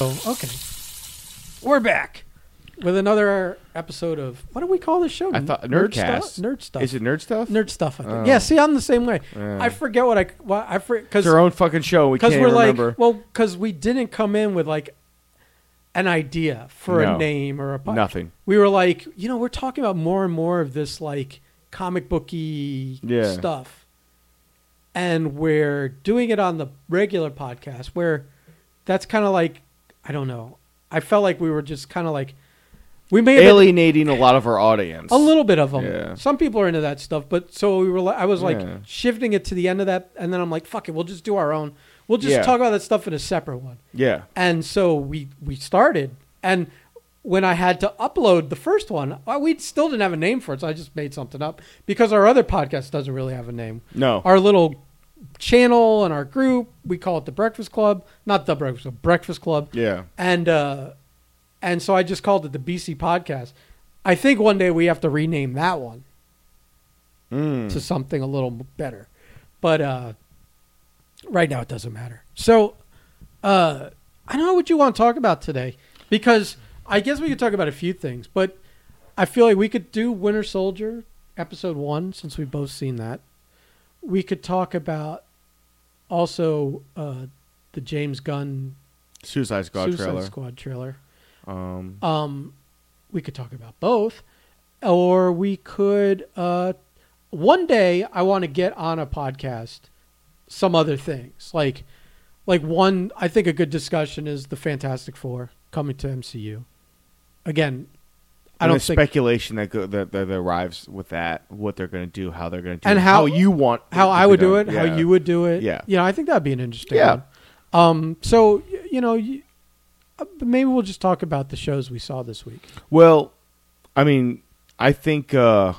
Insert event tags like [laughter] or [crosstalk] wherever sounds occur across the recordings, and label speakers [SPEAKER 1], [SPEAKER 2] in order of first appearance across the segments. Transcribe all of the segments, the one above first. [SPEAKER 1] Oh, okay. We're back with another episode of what do we call this show?
[SPEAKER 2] I thought Nerdcast.
[SPEAKER 1] Stuff? Mm. Nerd stuff.
[SPEAKER 2] Is it nerd stuff?
[SPEAKER 1] nerd stuff? I think.
[SPEAKER 2] Oh.
[SPEAKER 1] Yeah. See, I'm the same way.
[SPEAKER 2] Yeah.
[SPEAKER 1] I forget what I what I because
[SPEAKER 2] It's our own fucking show. We
[SPEAKER 1] because
[SPEAKER 2] can't
[SPEAKER 1] we're
[SPEAKER 2] remember.
[SPEAKER 1] like well because we didn't come in with like an idea for
[SPEAKER 2] No.
[SPEAKER 1] a name or a podcast.
[SPEAKER 2] Nothing.
[SPEAKER 1] We were like, you know, we're talking about more and more of this like comic booky
[SPEAKER 2] Yeah.
[SPEAKER 1] stuff, and we're doing it on the regular podcast where that's kind of like I don't know. I felt like we were just kind of like we may have been-
[SPEAKER 2] alienating a lot of our audience.
[SPEAKER 1] a little bit of them.
[SPEAKER 2] Yeah.
[SPEAKER 1] Some people are into that stuff, but so we were. li- I was like
[SPEAKER 2] Yeah.
[SPEAKER 1] shifting it to the end of that, and then I'm like, "Fuck it, we'll just do our own. We'll just
[SPEAKER 2] Yeah.
[SPEAKER 1] talk about that stuff in a separate one."
[SPEAKER 2] Yeah.
[SPEAKER 1] And so we we started, and when I had to upload the first one, I- we still didn't have a name for it, so I just made something up because our other podcast doesn't really have a name.
[SPEAKER 2] No.
[SPEAKER 1] Our little channel and our group, we call it the Breakfast Club, not the Breakfast Club, Breakfast Club
[SPEAKER 2] yeah.
[SPEAKER 1] and uh, and so I just called it the BC podcast. I think one day we have to rename that one
[SPEAKER 2] Mm.
[SPEAKER 1] to something a little better, but uh, right now it doesn't matter. So uh, I don't know what you want to talk about today because I guess we could talk about a few things, but I feel like we could do Winter Soldier episode one since we've both seen that. We could talk about also uh, the James Gunn
[SPEAKER 2] Suicide Squad
[SPEAKER 1] Suicide
[SPEAKER 2] trailer.
[SPEAKER 1] Squad trailer.
[SPEAKER 2] Um,
[SPEAKER 1] Um, we could talk about both, or we could. Uh, one day, I want to get on a podcast some other things like, like one. I think a good discussion is the Fantastic Four coming to MCU. Again, I
[SPEAKER 2] and
[SPEAKER 1] don't
[SPEAKER 2] the
[SPEAKER 1] think
[SPEAKER 2] speculation that, go, that that arrives with that, what they're going to do, how they're going to do,
[SPEAKER 1] And
[SPEAKER 2] it,
[SPEAKER 1] how-
[SPEAKER 2] you want
[SPEAKER 1] how
[SPEAKER 2] to
[SPEAKER 1] I
[SPEAKER 2] be
[SPEAKER 1] would do it,
[SPEAKER 2] done.
[SPEAKER 1] how
[SPEAKER 2] Yeah.
[SPEAKER 1] you would do it.
[SPEAKER 2] Yeah.
[SPEAKER 1] yeah. I think that'd be an interesting.
[SPEAKER 2] Yeah.
[SPEAKER 1] One. Um. So y- you know, y- uh, maybe we'll just talk about the shows we saw this week.
[SPEAKER 2] Well, I mean, I think uh,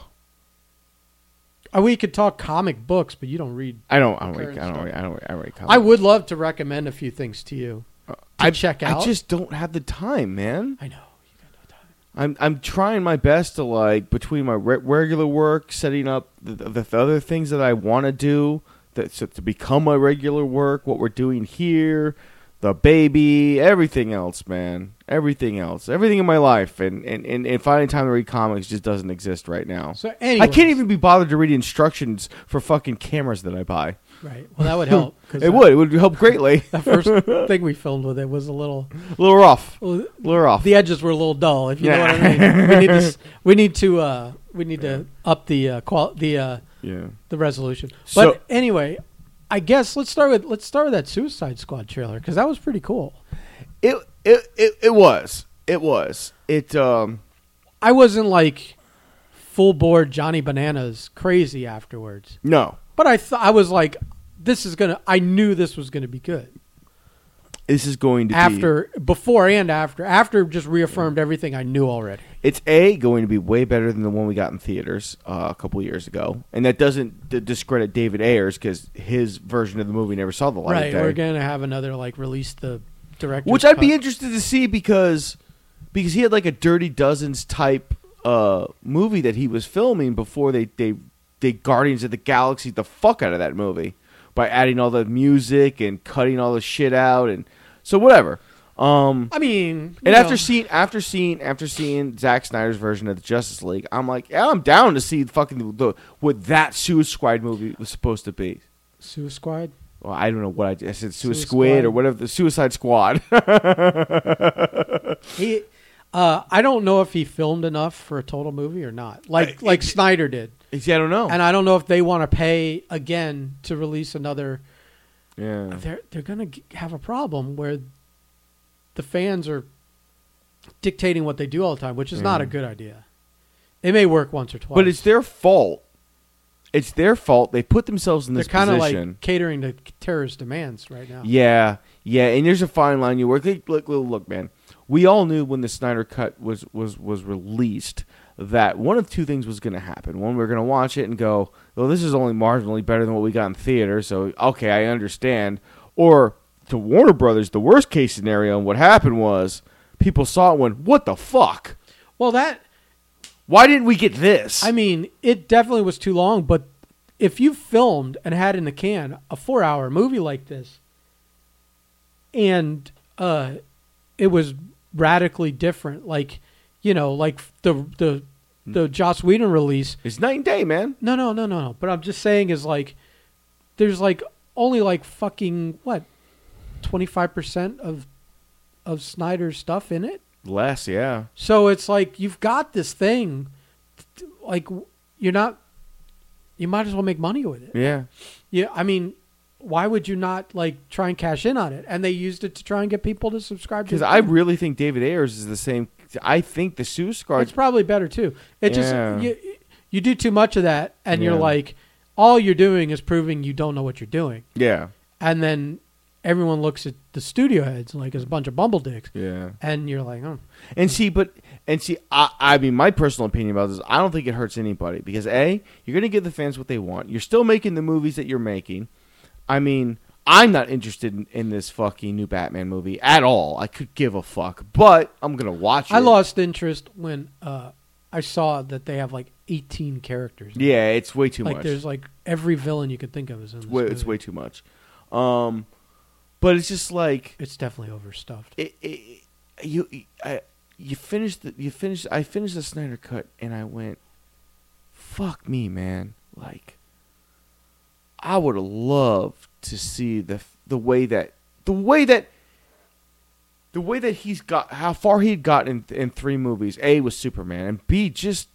[SPEAKER 1] Uh, we could talk comic books, but you don't read
[SPEAKER 2] I don't. I don't.
[SPEAKER 1] Current
[SPEAKER 2] Read, I don't.
[SPEAKER 1] stuff.
[SPEAKER 2] Read, I don't. Read, I, don't read
[SPEAKER 1] I
[SPEAKER 2] comics.
[SPEAKER 1] would love to recommend a few things to you. to
[SPEAKER 2] I
[SPEAKER 1] check
[SPEAKER 2] I
[SPEAKER 1] out.
[SPEAKER 2] just don't have the time, man.
[SPEAKER 1] I know. You got no time.
[SPEAKER 2] I'm I'm trying my best to like between my re- regular work, setting up the, the, the other things that I want to do that so to become my regular work. What we're doing here, the baby, everything else, man, everything else, everything in my life, and and and, and finding time to read comics just doesn't exist right now.
[SPEAKER 1] So anyway,
[SPEAKER 2] I can't even be bothered to read instructions for fucking cameras that I buy.
[SPEAKER 1] Right. Well, that would
[SPEAKER 2] [laughs]
[SPEAKER 1] help. 'cause
[SPEAKER 2] It
[SPEAKER 1] that-
[SPEAKER 2] would it would help greatly.
[SPEAKER 1] [laughs] That first
[SPEAKER 2] [laughs]
[SPEAKER 1] thing we filmed with it was a little.
[SPEAKER 2] a little rough,
[SPEAKER 1] well,
[SPEAKER 2] a little rough.
[SPEAKER 1] the edges were a little dull. If you know what I
[SPEAKER 2] Yeah.
[SPEAKER 1] mean. We need to. s- We need to. Uh, we need to up the uh, qual the uh,
[SPEAKER 2] yeah.
[SPEAKER 1] the resolution. But
[SPEAKER 2] So-
[SPEAKER 1] anyway, I guess let's start with let's start with that Suicide Squad trailer because that was pretty cool.
[SPEAKER 2] It it it, it was. It was. It um
[SPEAKER 1] I wasn't like full board Johnny Bananas crazy afterwards.
[SPEAKER 2] no.
[SPEAKER 1] But I th- I was like, this is gonna. I knew this was gonna be good.
[SPEAKER 2] This is going to be
[SPEAKER 1] After, before and after, after just reaffirmed everything I knew already.
[SPEAKER 2] it's a going to be way better than the one we got in theaters uh, a couple years ago, and that doesn't d- discredit David Ayers because his version of the movie never saw the light
[SPEAKER 1] Right,
[SPEAKER 2] of
[SPEAKER 1] we're
[SPEAKER 2] day,
[SPEAKER 1] gonna have another like release the director,
[SPEAKER 2] which I'd be interested to see because because he had like a Dirty Dozens type uh, movie that he was filming before they they they Guardians of the Galaxy the fuck out of that movie by adding all the music and cutting all the shit out and so whatever. Um,
[SPEAKER 1] I mean, you
[SPEAKER 2] And
[SPEAKER 1] know,
[SPEAKER 2] after seeing, after seeing, after seeing Zack Snyder's version of the Justice League, I'm like, yeah, I'm down to see fucking the, what that Suicide Squad movie was supposed to be.
[SPEAKER 1] Suicide Squad,
[SPEAKER 2] Well, I don't know what I, I said, Suicide
[SPEAKER 1] Suicide
[SPEAKER 2] Squid
[SPEAKER 1] Squad.
[SPEAKER 2] or whatever, the Suicide Squad. [laughs]
[SPEAKER 1] he, uh, I don't know if he filmed enough for a total movie or not, like like Snyder did,
[SPEAKER 2] See, I don't know.
[SPEAKER 1] and I don't know if they want to pay again to release another.
[SPEAKER 2] yeah,
[SPEAKER 1] They're they're gonna g- have a problem where the fans are dictating what they do all the time, which is not a good idea. It may work once or twice,
[SPEAKER 2] Mm. but it's their fault. It's their fault. They put themselves in
[SPEAKER 1] they're
[SPEAKER 2] this
[SPEAKER 1] kind of
[SPEAKER 2] position.
[SPEAKER 1] like catering to terrorist demands right now.
[SPEAKER 2] Yeah, yeah, and there's a fine line you work. Look, look, look, look, man. We all knew when the Snyder Cut was was was released that one of two things was going to happen. One, we are going to watch it and go, "Well, this is only marginally better than what we got in theater," so okay, I understand. Or to Warner Brothers, the worst case scenario, and what happened was people saw it and went, "What the fuck?
[SPEAKER 1] Well, that
[SPEAKER 2] Why didn't we get this?"
[SPEAKER 1] I mean, it definitely was too long, but if you filmed and had in the can a four hour movie like this and uh it was radically different. Like, you know, like the the
[SPEAKER 2] Hmm.
[SPEAKER 1] the Joss Whedon release.
[SPEAKER 2] It's night and day, man.
[SPEAKER 1] No, no, no, no, no. But I'm just saying is like, there's like only like fucking what, twenty five percent of of Snyder's stuff in it.
[SPEAKER 2] Less, yeah.
[SPEAKER 1] So it's like you've got this thing, like you're not, you might as well make money with it.
[SPEAKER 2] Yeah.
[SPEAKER 1] Yeah, I mean, why would you not like try and cash in on it? And they used it to try and get people to subscribe to.
[SPEAKER 2] Because
[SPEAKER 1] the
[SPEAKER 2] I
[SPEAKER 1] thing.
[SPEAKER 2] really think David Ayers is the same. I think the Suicide
[SPEAKER 1] it's probably better too. It
[SPEAKER 2] Yeah.
[SPEAKER 1] just you, you do too much of that, and you're
[SPEAKER 2] Yeah.
[SPEAKER 1] like, all you're doing is proving you don't know what you're doing,
[SPEAKER 2] Yeah.
[SPEAKER 1] and then everyone looks at the studio heads like as a bunch of bumble dicks,
[SPEAKER 2] Yeah.
[SPEAKER 1] and you're like, oh,
[SPEAKER 2] And see, but and see, I, I mean, my personal opinion about this, I don't think it hurts anybody because a, you're going to give the fans what they want. You're still making the movies that you're making. I mean, I'm not interested in, in this fucking new Batman movie at all. I could give a fuck, but I'm going to watch it.
[SPEAKER 1] I lost interest when uh, I saw that they have like 18 characters.
[SPEAKER 2] Yeah, it's way too
[SPEAKER 1] like
[SPEAKER 2] much.
[SPEAKER 1] there's like every villain you could think of is in this.
[SPEAKER 2] it's, way, it's
[SPEAKER 1] movie.
[SPEAKER 2] way too much. Um, but it's just like
[SPEAKER 1] It's definitely overstuffed.
[SPEAKER 2] it, it, you I, you finished the, you finished I finished the Snyder cut and I went fuck me man like I would have loved to see the the way that the way that the way that he's got how far he had gotten in, in three movies A was Superman and B just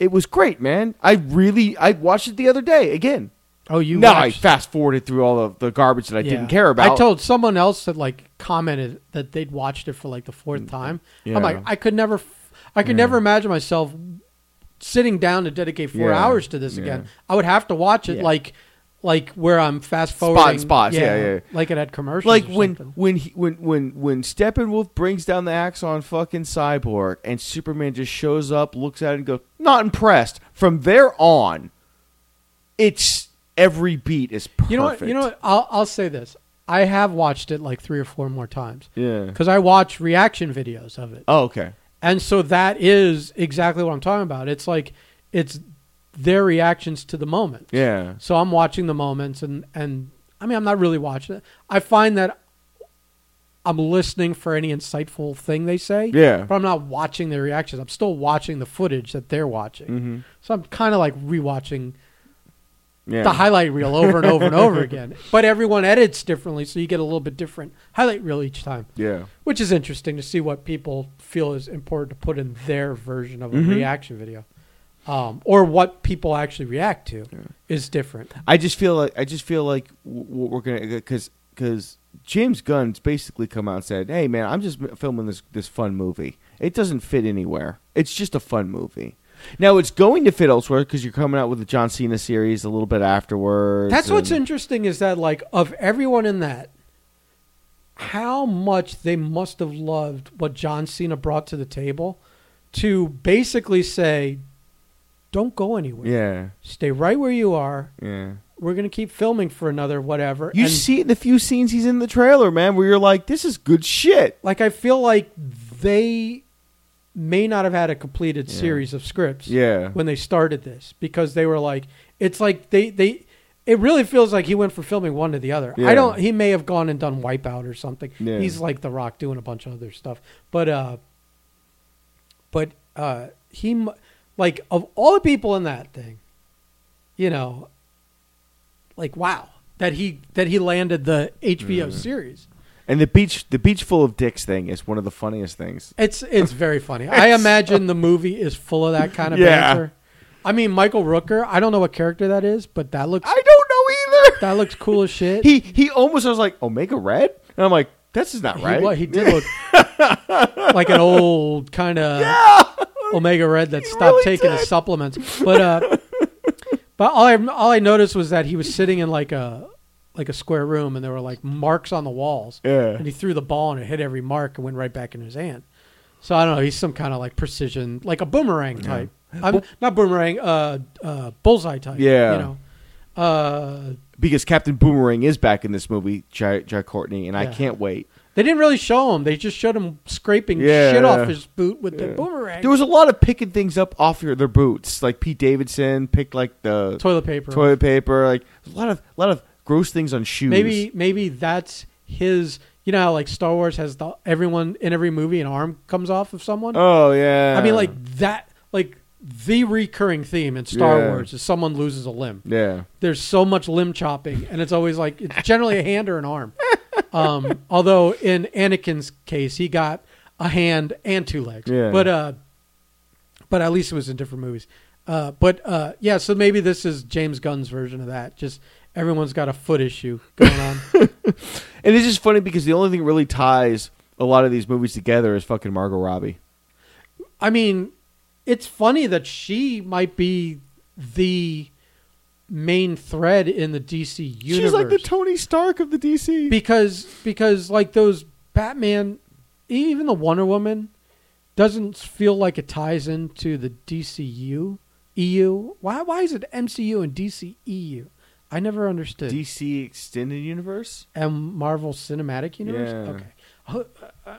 [SPEAKER 2] it was great man I really I watched it the other day again
[SPEAKER 1] Oh, you
[SPEAKER 2] now I
[SPEAKER 1] watched-
[SPEAKER 2] fast forwarded through all of the garbage that I
[SPEAKER 1] Yeah.
[SPEAKER 2] didn't care about
[SPEAKER 1] I told someone else that like commented that they'd watched it for like the fourth time.
[SPEAKER 2] Mm, yeah.
[SPEAKER 1] I'm like, I could never, f- I could
[SPEAKER 2] Yeah.
[SPEAKER 1] never imagine myself sitting down to dedicate four
[SPEAKER 2] Yeah.
[SPEAKER 1] hours to this
[SPEAKER 2] Yeah.
[SPEAKER 1] again. I would have to watch it
[SPEAKER 2] Yeah.
[SPEAKER 1] like, like where I'm fast forwarding
[SPEAKER 2] spots, yeah, yeah.
[SPEAKER 1] like it had commercials,
[SPEAKER 2] like
[SPEAKER 1] or
[SPEAKER 2] when
[SPEAKER 1] something.
[SPEAKER 2] when he, when when when Steppenwolf brings down the axe on fucking Cyborg, and Superman just shows up, looks at it, and goes, "Not impressed." From there on, it's every beat is perfect.
[SPEAKER 1] you know what, you know what, I'll I'll say this. I have watched it like three or four more times
[SPEAKER 2] Yeah.
[SPEAKER 1] because I watch reaction videos of it.
[SPEAKER 2] Oh, okay.
[SPEAKER 1] And so that is exactly what I'm talking about. It's like it's their reactions to the moment.
[SPEAKER 2] Yeah.
[SPEAKER 1] So I'm watching the moments and and I mean I'm not really watching it. I find that I'm listening for any insightful thing they say.
[SPEAKER 2] Yeah.
[SPEAKER 1] But I'm not watching their reactions. I'm still watching the footage that they're watching.
[SPEAKER 2] Mhm.
[SPEAKER 1] So I'm kind of like rewatching
[SPEAKER 2] Yeah.
[SPEAKER 1] the highlight reel over and over and
[SPEAKER 2] [laughs]
[SPEAKER 1] over again. But everyone edits differently, so you get a little bit different highlight reel each time
[SPEAKER 2] yeah.
[SPEAKER 1] which is interesting to see what people feel is important to put in their version of a
[SPEAKER 2] Mhm.
[SPEAKER 1] reaction video um, or what people actually react to is different
[SPEAKER 2] I just feel like I just feel like w- what we're gonna because because James Gunn's basically come out and said, "Hey man, I'm just filming this this fun movie. It doesn't fit anywhere. It's just a fun movie." Now it's going to fit elsewhere because you're coming out with the John Cena series a little bit afterwards.
[SPEAKER 1] that's what's
[SPEAKER 2] and-
[SPEAKER 1] interesting is that like of everyone in that how much they must have loved what john cena brought to the table to basically say don't go anywhere
[SPEAKER 2] Yeah,
[SPEAKER 1] stay right where you are
[SPEAKER 2] yeah.
[SPEAKER 1] we're going to keep filming for another whatever
[SPEAKER 2] You
[SPEAKER 1] and
[SPEAKER 2] see it in the few scenes he's in the trailer, man, where you're like, "This is good shit."
[SPEAKER 1] like I feel like they may not have had a completed series of scripts
[SPEAKER 2] Yeah,
[SPEAKER 1] when they started this because they were like it's like they they it really feels like he went from filming one to the other.
[SPEAKER 2] Yeah.
[SPEAKER 1] I don't he may have gone and done Wipeout or something.
[SPEAKER 2] Yeah.
[SPEAKER 1] He's like The Rock doing a bunch of other stuff. But uh but uh he mu- like of all the people in that thing you know like wow that he that he landed the HBO
[SPEAKER 2] Mm.
[SPEAKER 1] series.
[SPEAKER 2] and the beach the beach full of dicks thing is one of the funniest things.
[SPEAKER 1] It's it's very funny. I imagine the movie is full of that kind of
[SPEAKER 2] Yeah.
[SPEAKER 1] banter. I mean, Michael Rooker. I don't know what character that is, but that looks
[SPEAKER 2] I don't know either.
[SPEAKER 1] that looks cool as shit.
[SPEAKER 2] he he almost was like Omega Red, and I'm like, this is not
[SPEAKER 1] He
[SPEAKER 2] right.
[SPEAKER 1] wa- he
[SPEAKER 2] [laughs]
[SPEAKER 1] did look like an old kind of Omega Red that stopped
[SPEAKER 2] really
[SPEAKER 1] taking his supplements. But
[SPEAKER 2] [laughs]
[SPEAKER 1] uh, but all I all I noticed was that he was sitting in like a like a square room, and there were like marks on the walls.
[SPEAKER 2] Yeah.
[SPEAKER 1] and he threw the ball and it hit every mark and went right back in his hand. So I don't know. He's some kind of like precision, like a boomerang type. I'm not boomerang, uh, uh, bullseye type.
[SPEAKER 2] Yeah.
[SPEAKER 1] you know. Uh,
[SPEAKER 2] because Captain Boomerang is back in this movie, Jai, Jai Courtney, and I
[SPEAKER 1] Yeah.
[SPEAKER 2] can't wait.
[SPEAKER 1] they didn't really show him. They just showed him scraping
[SPEAKER 2] Yeah,
[SPEAKER 1] shit
[SPEAKER 2] yeah.
[SPEAKER 1] off his boot with the boomerang.
[SPEAKER 2] There was a lot of picking things up off your, their boots, like Pete Davidson picked like the
[SPEAKER 1] toilet paper.
[SPEAKER 2] toilet paper, like a lot of lot of gross things on shoes.
[SPEAKER 1] Maybe maybe that's his. You know how like Star Wars has the everyone in every movie an arm comes off of someone.
[SPEAKER 2] Oh yeah.
[SPEAKER 1] I mean, like that, like the recurring theme in Star
[SPEAKER 2] Yeah.
[SPEAKER 1] Wars is someone loses a limb.
[SPEAKER 2] yeah.
[SPEAKER 1] There's so much limb chopping, and it's always like it's generally a hand or an
[SPEAKER 2] [laughs]
[SPEAKER 1] arm. Um, although in Anakin's case, he got a hand and two legs.
[SPEAKER 2] Yeah.
[SPEAKER 1] But uh, but at least it was in different movies. Uh, but uh, yeah, so maybe this is James Gunn's version of that. Just everyone's got a foot issue going
[SPEAKER 2] [laughs]
[SPEAKER 1] on.
[SPEAKER 2] And it's just funny because the only thing that really ties a lot of these movies together is fucking Margot Robbie.
[SPEAKER 1] I mean, it's funny that she might be the main thread in the DC universe.
[SPEAKER 2] She's like the Tony Stark of the DC.
[SPEAKER 1] because because like those Batman, even the Wonder Woman, doesn't feel like it ties into the DCU EU. E Why why is it MCU and DCEU? I never understood.
[SPEAKER 2] DC Extended Universe.
[SPEAKER 1] and Marvel Cinematic Universe.
[SPEAKER 2] Yeah.
[SPEAKER 1] Okay, Huh, uh,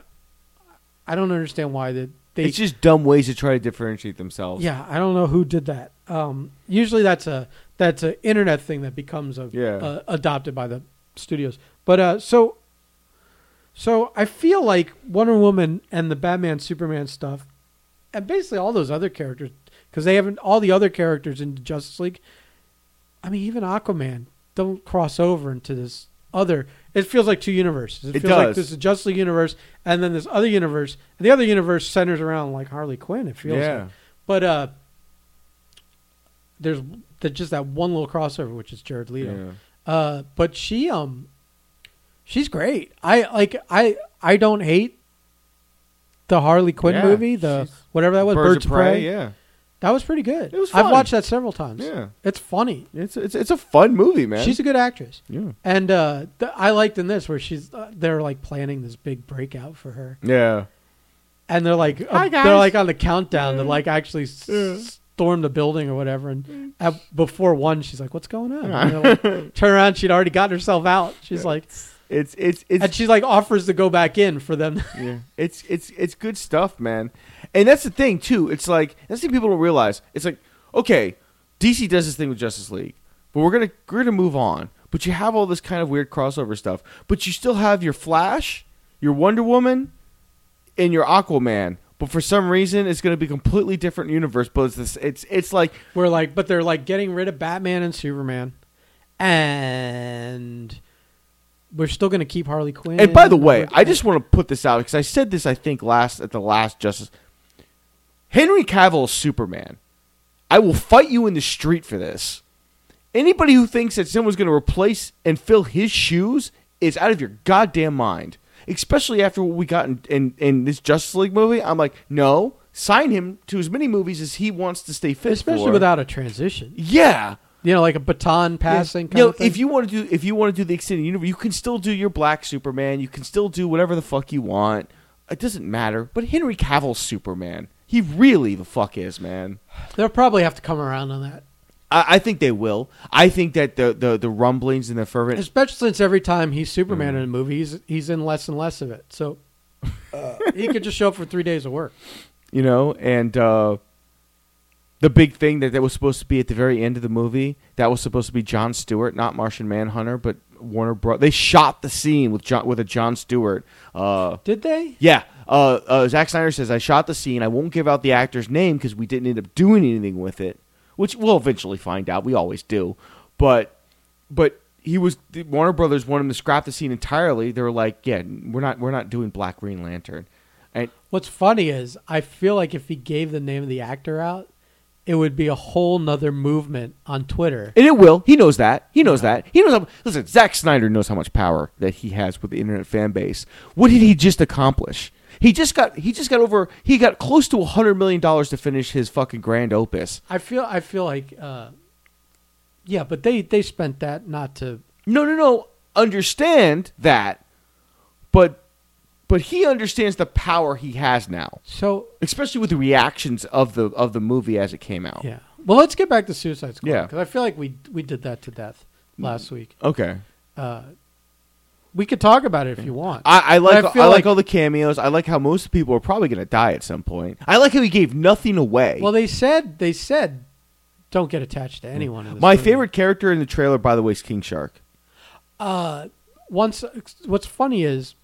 [SPEAKER 1] I don't understand why that they
[SPEAKER 2] it's just dumb ways to try to differentiate themselves.
[SPEAKER 1] Yeah, I don't know who did that. Um, usually that's a that's an internet thing that becomes a,
[SPEAKER 2] Yeah.
[SPEAKER 1] uh, adopted by the studios. But uh, so so I feel like Wonder Woman and the Batman Superman stuff, and basically all those other characters, because they haven't all the other characters in Justice League. I mean, even Aquaman don't cross over into this other. It feels like two universes. It,
[SPEAKER 2] It
[SPEAKER 1] feels like
[SPEAKER 2] does.
[SPEAKER 1] there's a Justice League universe and then this other universe. And the other universe centers around like Harley Quinn. It feels like.
[SPEAKER 2] Yeah.
[SPEAKER 1] But uh, there's there's just that one little crossover, which is Jared Leto.
[SPEAKER 2] Yeah.
[SPEAKER 1] Uh, but she um, she's great. I like I I don't hate the Harley Quinn
[SPEAKER 2] Yeah,
[SPEAKER 1] movie, the
[SPEAKER 2] she's-
[SPEAKER 1] whatever that was, Birds, of Prey.
[SPEAKER 2] Yeah.
[SPEAKER 1] That was pretty good.
[SPEAKER 2] It was
[SPEAKER 1] I've
[SPEAKER 2] fun.
[SPEAKER 1] watched that several times.
[SPEAKER 2] Yeah.
[SPEAKER 1] it's funny.
[SPEAKER 2] It's it's it's a fun movie, man.
[SPEAKER 1] She's a good actress.
[SPEAKER 2] yeah.
[SPEAKER 1] And uh, th- I liked in this where she's uh, they're like planning this big breakout for her,
[SPEAKER 2] Yeah.
[SPEAKER 1] and they're like
[SPEAKER 2] Hi,
[SPEAKER 1] uh,
[SPEAKER 2] guys. Mm.
[SPEAKER 1] they're like on the countdown to like actually s- storm the building or whatever.
[SPEAKER 2] Mm.
[SPEAKER 1] And at, before one, she's like, "What's going on?" And they're
[SPEAKER 2] [laughs]
[SPEAKER 1] like, turn around, she'd already gotten herself out. She's like,
[SPEAKER 2] It's it's it's
[SPEAKER 1] and she like offers to go back in for them.
[SPEAKER 2] [laughs] yeah. It's it's it's good stuff, man. And that's the thing too. It's like that's the thing people don't realize. It's like okay, DC does this thing with Justice League, but we're gonna we're gonna move on. But you have all this kind of weird crossover stuff. But you still have your Flash, your Wonder Woman, and your Aquaman. But for some reason, it's going to be completely different universe. But it's this, it's it's like
[SPEAKER 1] [laughs] We're like, but they're like getting rid of Batman and Superman, and we're still going to keep Harley Quinn.
[SPEAKER 2] And by the way,
[SPEAKER 1] We're-
[SPEAKER 2] I just want to put this out because I said this, I think, last at the last Justice. Henry Cavill is Superman. I will fight you in the street for this. Anybody who thinks that someone's going to replace and fill his shoes is out of your goddamn mind. Especially after what we got in, in, in this Justice League movie, I'm like, no, sign him to as many movies as he wants to stay fit.
[SPEAKER 1] especially
[SPEAKER 2] for.
[SPEAKER 1] without a transition.
[SPEAKER 2] yeah,
[SPEAKER 1] You know, like a baton passing.
[SPEAKER 2] no,
[SPEAKER 1] kind of thing.
[SPEAKER 2] if you want to do if you want to do the extended universe, you can still do your Black Superman. You can still do whatever the fuck you want. It doesn't matter. But Henry Cavill's Superman, he really the fuck is, man.
[SPEAKER 1] They'll probably have to come around on that,
[SPEAKER 2] I, I think they will. I think that the the, the rumblings and the fervent.
[SPEAKER 1] especially since every time he's
[SPEAKER 2] Hmm.
[SPEAKER 1] Superman in a movie, he's he's in less and less of it. So
[SPEAKER 2] Uh.
[SPEAKER 1] [laughs] he could just show up for three days of work.
[SPEAKER 2] you know, and uh, the big thing that, that was supposed to be at the very end of the movie that was supposed to be John Stewart, not Martian Manhunter, but Warner Bros. They shot the scene with John with a John Stewart. Uh,
[SPEAKER 1] Did they?
[SPEAKER 2] yeah, uh, uh, Zack Snyder says I shot the scene. I won't give out the actor's name because we didn't end up doing anything with it, which we'll eventually find out. We always do, but but he was the Warner Brothers wanted him to scrap the scene entirely. They were like, yeah, we're not we're not doing Black Green Lantern, and
[SPEAKER 1] What's funny is I feel like if he gave the name of the actor out, it would be a whole nother movement on Twitter.
[SPEAKER 2] And it will. He knows that. He knows that. He knows. How, listen, Zack Snyder knows how much power that he has with the internet fan base. What did he just accomplish? He just got. He just got over. He got close to hundred million dollars to finish his fucking grand opus.
[SPEAKER 1] I feel I feel like uh, yeah, but they they spent that not to
[SPEAKER 2] No, no, no. Understand that, but but he understands the power he has now,
[SPEAKER 1] so
[SPEAKER 2] especially with the reactions of the of the movie as it came out.
[SPEAKER 1] yeah. Well, let's get back to Suicide Squad
[SPEAKER 2] Yeah. Mm.
[SPEAKER 1] because I feel like we we did that to death last week. Uh,
[SPEAKER 2] Okay.
[SPEAKER 1] We could talk about it if you want.
[SPEAKER 2] I, I
[SPEAKER 1] But
[SPEAKER 2] like I,
[SPEAKER 1] feel
[SPEAKER 2] like, all the cameos. I like how most people are probably going to die at some point. I like how he gave nothing away.
[SPEAKER 1] Well, they said they said don't get attached to anyone. In this
[SPEAKER 2] My
[SPEAKER 1] movie.
[SPEAKER 2] favorite character in the trailer, by the way, is King Shark.
[SPEAKER 1] Once, what's Uh, funny is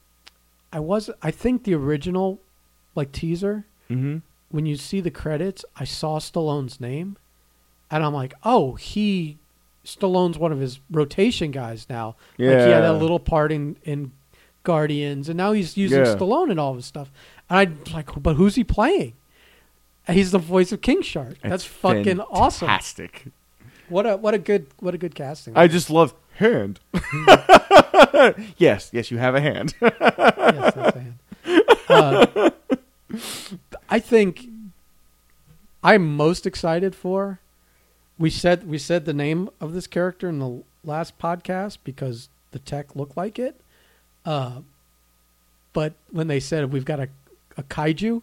[SPEAKER 1] I was I think the original like teaser
[SPEAKER 2] Mm-hmm.
[SPEAKER 1] when you see the credits, I saw Stallone's name, and I'm like, oh, he Stallone's one of his rotation guys now. like he had
[SPEAKER 2] Yeah.
[SPEAKER 1] that little part in in Guardians, and now he's using
[SPEAKER 2] Yeah.
[SPEAKER 1] Stallone and all of his stuff. And I'm like, but who's he playing? And he's the voice of King Shark. That's fucking awesome.
[SPEAKER 2] Fantastic.
[SPEAKER 1] What a what a good what a good casting.
[SPEAKER 2] I just love hand.
[SPEAKER 1] Mm-hmm.
[SPEAKER 2] [laughs] yes, yes, you have a hand.
[SPEAKER 1] yes, that's a hand. Uh, I think I'm most excited for. We said we said the name of this character in the last podcast because the tech looked like it. Uh, but when they said we've got a, a kaiju, and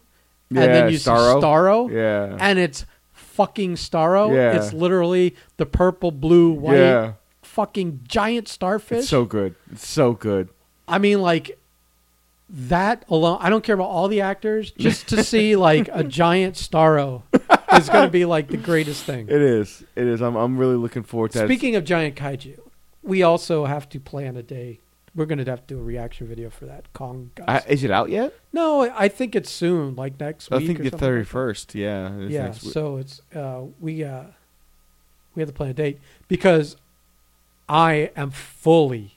[SPEAKER 2] Yeah,
[SPEAKER 1] then you
[SPEAKER 2] Starro.
[SPEAKER 1] see Starro,
[SPEAKER 2] yeah.
[SPEAKER 1] and it's fucking Starro.
[SPEAKER 2] Yeah.
[SPEAKER 1] It's literally the purple, blue, white,
[SPEAKER 2] Yeah.
[SPEAKER 1] fucking giant starfish.
[SPEAKER 2] It's so good. It's so good.
[SPEAKER 1] I mean, like that alone. I don't care about all the actors. Just
[SPEAKER 2] [laughs]
[SPEAKER 1] to see like a giant Starro is going to be like the greatest thing.
[SPEAKER 2] It is. It is. I'm I'm really looking forward to that.
[SPEAKER 1] Speaking of giant kaiju, we also have to plan a day. We're going to have to do a reaction video for that Kong.
[SPEAKER 2] I,
[SPEAKER 1] Godzilla.
[SPEAKER 2] is it out yet?
[SPEAKER 1] no, I think it's soon, like next
[SPEAKER 2] I
[SPEAKER 1] week.
[SPEAKER 2] think
[SPEAKER 1] or
[SPEAKER 2] the
[SPEAKER 1] something like
[SPEAKER 2] thirty
[SPEAKER 1] that.
[SPEAKER 2] first. Yeah. it is
[SPEAKER 1] Yeah,
[SPEAKER 2] next week.
[SPEAKER 1] so it's uh, we uh, we have to plan a date because I am fully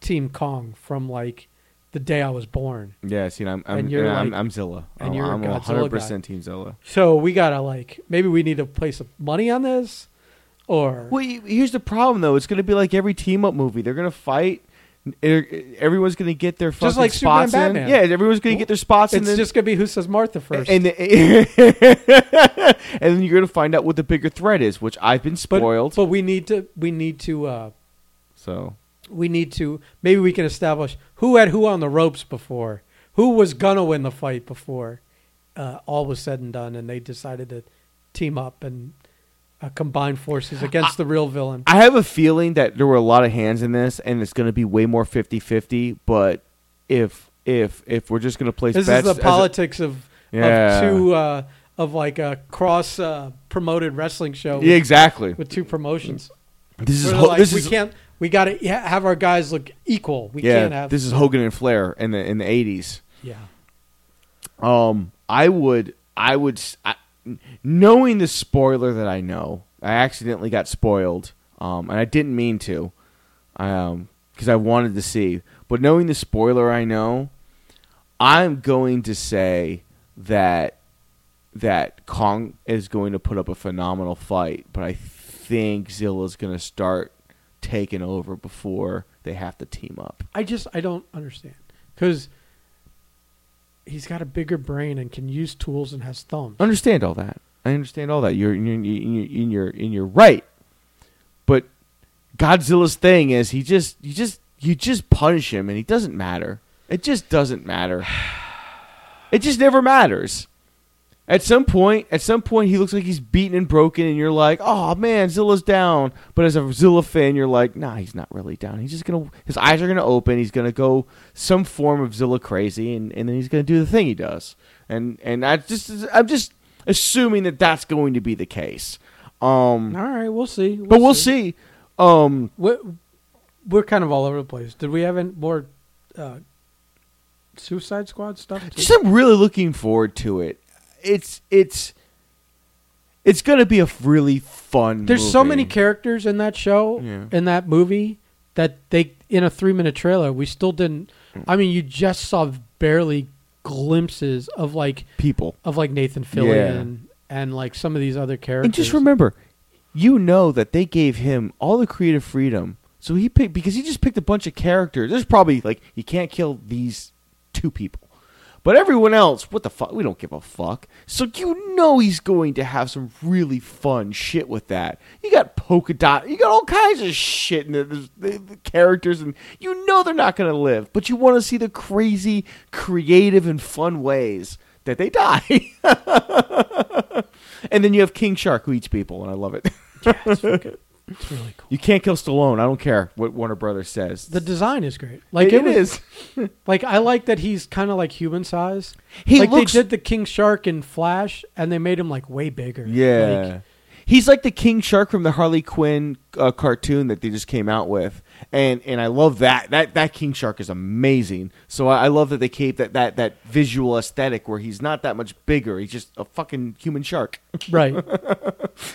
[SPEAKER 1] Team Kong from like the day I was born.
[SPEAKER 2] yeah. See, I'm I'm,
[SPEAKER 1] and you're
[SPEAKER 2] I'm,
[SPEAKER 1] like-
[SPEAKER 2] I'm Zilla.
[SPEAKER 1] and
[SPEAKER 2] I'm-
[SPEAKER 1] you're a
[SPEAKER 2] I'm
[SPEAKER 1] Godzilla
[SPEAKER 2] 100 percent Team Zilla.
[SPEAKER 1] So we gotta like maybe we need to place some money on this, or
[SPEAKER 2] Well, you- here's the problem though. It's going to be like every team up movie. They're going to fight. Er- Everyone's going to get their fucking
[SPEAKER 1] Just like Superman,
[SPEAKER 2] spots in.
[SPEAKER 1] Batman.
[SPEAKER 2] Yeah, everyone's going to get their spots
[SPEAKER 1] it's
[SPEAKER 2] and then,
[SPEAKER 1] just gonna be who says Martha first.
[SPEAKER 2] And, the- [laughs] and then you're going to find out what the bigger threat is, which I've been
[SPEAKER 1] but
[SPEAKER 2] spoiled.
[SPEAKER 1] but we need to we need to uh,
[SPEAKER 2] so
[SPEAKER 1] we need to maybe we can establish who had who on the ropes before, who was gonna win the fight before uh, all was said and done, and they decided to team up and uh, combine forces against the real villain.
[SPEAKER 2] I have a feeling that there were a lot of hands in this, and it's going to be way more 50-50, But if if if we're just going to place
[SPEAKER 1] This is
[SPEAKER 2] bets
[SPEAKER 1] the
[SPEAKER 2] as a-
[SPEAKER 1] politics of,
[SPEAKER 2] Yeah.
[SPEAKER 1] of two uh, of like a cross uh, promoted wrestling show.
[SPEAKER 2] yeah, exactly.
[SPEAKER 1] With two promotions,
[SPEAKER 2] This is
[SPEAKER 1] We're
[SPEAKER 2] Ho-
[SPEAKER 1] like,
[SPEAKER 2] this
[SPEAKER 1] we
[SPEAKER 2] is
[SPEAKER 1] can't. We got to have our guys look equal. We
[SPEAKER 2] yeah.
[SPEAKER 1] can't have
[SPEAKER 2] This is Hogan and Flair in the in the eighties.
[SPEAKER 1] yeah.
[SPEAKER 2] Um, I would, I would, s I knowing the spoiler that I know, I accidentally got spoiled, um, and I didn't mean to, um, because I wanted to see. But knowing the spoiler I know, I'm going to say that that Kong is going to put up a phenomenal fight, but I think Zilla's going to start taking over before they have to team up.
[SPEAKER 1] I just I don't understand because he's got a bigger brain and can use tools and has thumbs.
[SPEAKER 2] understand all that. I understand all that. You're in your in your in your right. But Godzilla's thing is he just you just you just punish him and he doesn't matter. It just doesn't matter. It just never matters. At some point, at some point he looks like he's beaten and broken and you're like, "Oh man, Zilla's down." But as a Zilla fan, you're like, "Nah, he's not really down. He's just going to his eyes are going to open. He's going to go some form of Zilla crazy and and then he's going to do the thing he does." And and I just I'm just assuming that that's going to be the case. Um
[SPEAKER 1] All right, we'll see.
[SPEAKER 2] but we'll see. Um,
[SPEAKER 1] We're, we're kind of all over the place. Did we have any more uh, Suicide Squad stuff? too?
[SPEAKER 2] just I'm really looking forward to it. It's it's it's gonna be a really fun.
[SPEAKER 1] There's so
[SPEAKER 2] movie.
[SPEAKER 1] many characters in that show
[SPEAKER 2] Yeah.
[SPEAKER 1] in that movie that they in a three minute trailer we still didn't.
[SPEAKER 2] Mm.
[SPEAKER 1] I mean, you just saw barely glimpses of like
[SPEAKER 2] people,
[SPEAKER 1] of like Nathan Fillion and like some of these other characters.
[SPEAKER 2] and just remember, you know that they gave him all the creative freedom. So he picked because he just picked a bunch of characters. There's probably like you can't kill these two people, but everyone else, what the fuck? We don't give a fuck. So you know he's going to have some really fun shit with that. You got polka dot. You got all kinds of shit in there. There's the, the characters, and you know they're not going to live. But you want to see the crazy, creative, and fun ways that they [laughs] die. and then you have King Shark who eats people, and I love it. [laughs]
[SPEAKER 1] it's really cool.
[SPEAKER 2] You can't kill Stallone. I don't care what Warner Brothers says.
[SPEAKER 1] The design is great. Like it,
[SPEAKER 2] it
[SPEAKER 1] was,
[SPEAKER 2] is.
[SPEAKER 1] Like I like that he's kind of like human size.
[SPEAKER 2] He
[SPEAKER 1] like
[SPEAKER 2] looks-
[SPEAKER 1] they did the King Shark in Flash, and they made him like way bigger.
[SPEAKER 2] Yeah.
[SPEAKER 1] Like,
[SPEAKER 2] He's like the King Shark from the Harley Quinn uh, cartoon that they just came out with, and and I love that. That that King Shark is amazing. So I, I love that they keep that that that visual aesthetic where he's not that much bigger. He's just a fucking human shark. [laughs]
[SPEAKER 1] Right.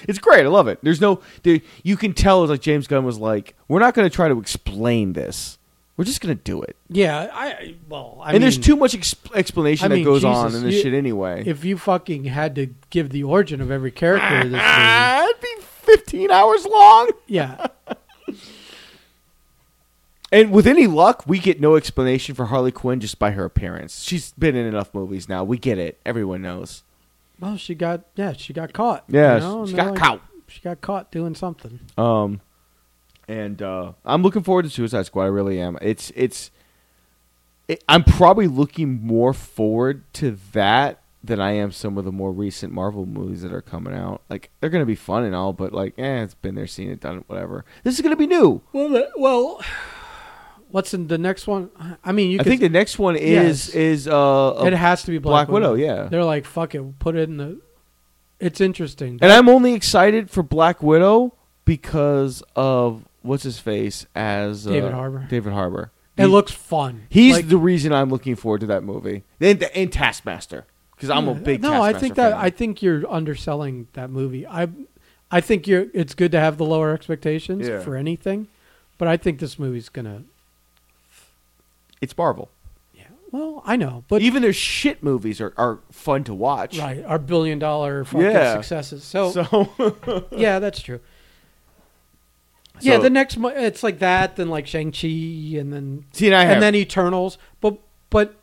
[SPEAKER 2] It's great. I love it. There's no there. You can tell it's like James Gunn was like, we're not going to try to explain this. We're just going to do it.
[SPEAKER 1] yeah. I well. I
[SPEAKER 2] and there's
[SPEAKER 1] mean,
[SPEAKER 2] too much exp- explanation
[SPEAKER 1] I mean,
[SPEAKER 2] that goes
[SPEAKER 1] Jesus,
[SPEAKER 2] on in this
[SPEAKER 1] you-
[SPEAKER 2] shit anyway. [laughs]
[SPEAKER 1] If you fucking had to give the origin of every character of this
[SPEAKER 2] [laughs]
[SPEAKER 1] movie,
[SPEAKER 2] Ah, it'd be 15 hours long.
[SPEAKER 1] yeah,
[SPEAKER 2] And with any luck, we get no explanation for Harley Quinn just by her appearance. She's been in enough movies now. We get it. Everyone knows.
[SPEAKER 1] well, she got yeah, she got caught.
[SPEAKER 2] Yeah,
[SPEAKER 1] you know,
[SPEAKER 2] she
[SPEAKER 1] and
[SPEAKER 2] got
[SPEAKER 1] they're like,
[SPEAKER 2] caught.
[SPEAKER 1] She got caught doing something.
[SPEAKER 2] Um, and uh, I'm looking forward to Suicide Squad. I really am. It's it's. It, I'm probably looking more forward to that than I am some of the more recent Marvel movies that are coming out. Like they're gonna be fun and all, but like, eh, it's been there, seen it, done it, whatever. This is gonna be new.
[SPEAKER 1] Well, the, well, what's in the next one? I mean, you
[SPEAKER 2] I
[SPEAKER 1] could,
[SPEAKER 2] think the next one is
[SPEAKER 1] Yes.
[SPEAKER 2] is uh, a-
[SPEAKER 1] it has to be Black,
[SPEAKER 2] Black Widow, yeah.
[SPEAKER 1] they're like fuck it, put it in the. It's interesting.
[SPEAKER 2] And I'm only excited for Black Widow because of what's his face as uh,
[SPEAKER 1] David Harbour.
[SPEAKER 2] David Harbour.
[SPEAKER 1] it
[SPEAKER 2] He-
[SPEAKER 1] looks fun.
[SPEAKER 2] He's
[SPEAKER 1] Like,
[SPEAKER 2] the reason I'm looking forward to that movie. And, and Taskmaster because I'm a big
[SPEAKER 1] no. I
[SPEAKER 2] Taskmaster
[SPEAKER 1] think that
[SPEAKER 2] fan.
[SPEAKER 1] I think you're underselling that movie. I, I think you're. It's good to have the lower expectations
[SPEAKER 2] Yeah.
[SPEAKER 1] for anything, but I think this movie's gonna.
[SPEAKER 2] it's Marvel.
[SPEAKER 1] Yeah. Well, I know,
[SPEAKER 2] But
[SPEAKER 1] but
[SPEAKER 2] even their shit movies are, are fun to watch.
[SPEAKER 1] right, our billion dollar fucking
[SPEAKER 2] Yeah.
[SPEAKER 1] successes. So, [laughs]
[SPEAKER 2] So
[SPEAKER 1] yeah, that's true. yeah,
[SPEAKER 2] So-
[SPEAKER 1] the next mo- it's like that, then like Shang Chi, and then
[SPEAKER 2] see, and I have,
[SPEAKER 1] and then Eternals. But but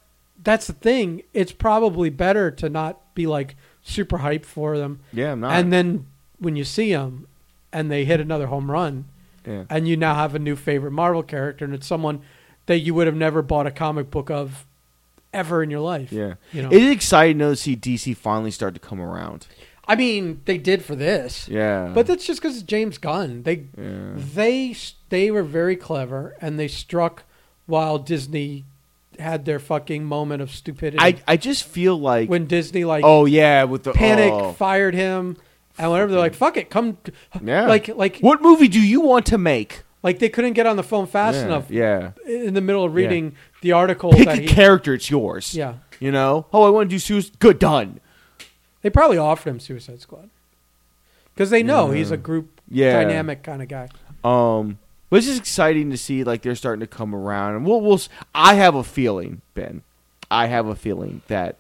[SPEAKER 1] that's the thing. It's probably better to not be like super hyped for them,
[SPEAKER 2] [laughs] yeah, I'm not.
[SPEAKER 1] and then when you see them and they hit another home run,
[SPEAKER 2] yeah.
[SPEAKER 1] and you now have a new favorite Marvel character, and it's someone that you would have never bought a comic book of ever in your life.
[SPEAKER 2] yeah,
[SPEAKER 1] you know.
[SPEAKER 2] it is exciting though to see DC finally start to come around.
[SPEAKER 1] I mean, they did for this,
[SPEAKER 2] Yeah,
[SPEAKER 1] but that's just because James Gunn. They
[SPEAKER 2] yeah.
[SPEAKER 1] they they were very clever and they struck while Disney had their fucking moment of stupidity.
[SPEAKER 2] I I just feel like
[SPEAKER 1] when Disney like
[SPEAKER 2] oh yeah with the
[SPEAKER 1] panic
[SPEAKER 2] oh.
[SPEAKER 1] fired him and whatever they're like fuck it come
[SPEAKER 2] Yeah.
[SPEAKER 1] like like
[SPEAKER 2] What movie do you want to make?
[SPEAKER 1] like they couldn't get on the phone fast
[SPEAKER 2] yeah,
[SPEAKER 1] enough
[SPEAKER 2] Yeah.
[SPEAKER 1] in the middle of
[SPEAKER 2] Yeah.
[SPEAKER 1] reading the article
[SPEAKER 2] Pick
[SPEAKER 1] that
[SPEAKER 2] a
[SPEAKER 1] he,
[SPEAKER 2] character, it's yours.
[SPEAKER 1] yeah
[SPEAKER 2] You know? Oh, I want to do suicide. Good, done.
[SPEAKER 1] they probably offered him Suicide Squad because they know he's a group
[SPEAKER 2] Yeah.
[SPEAKER 1] dynamic kind of guy
[SPEAKER 2] Um, but it's just exciting to see like they're starting to come around. And we'll, we'll. s- I have a feeling, Ben. I have a feeling that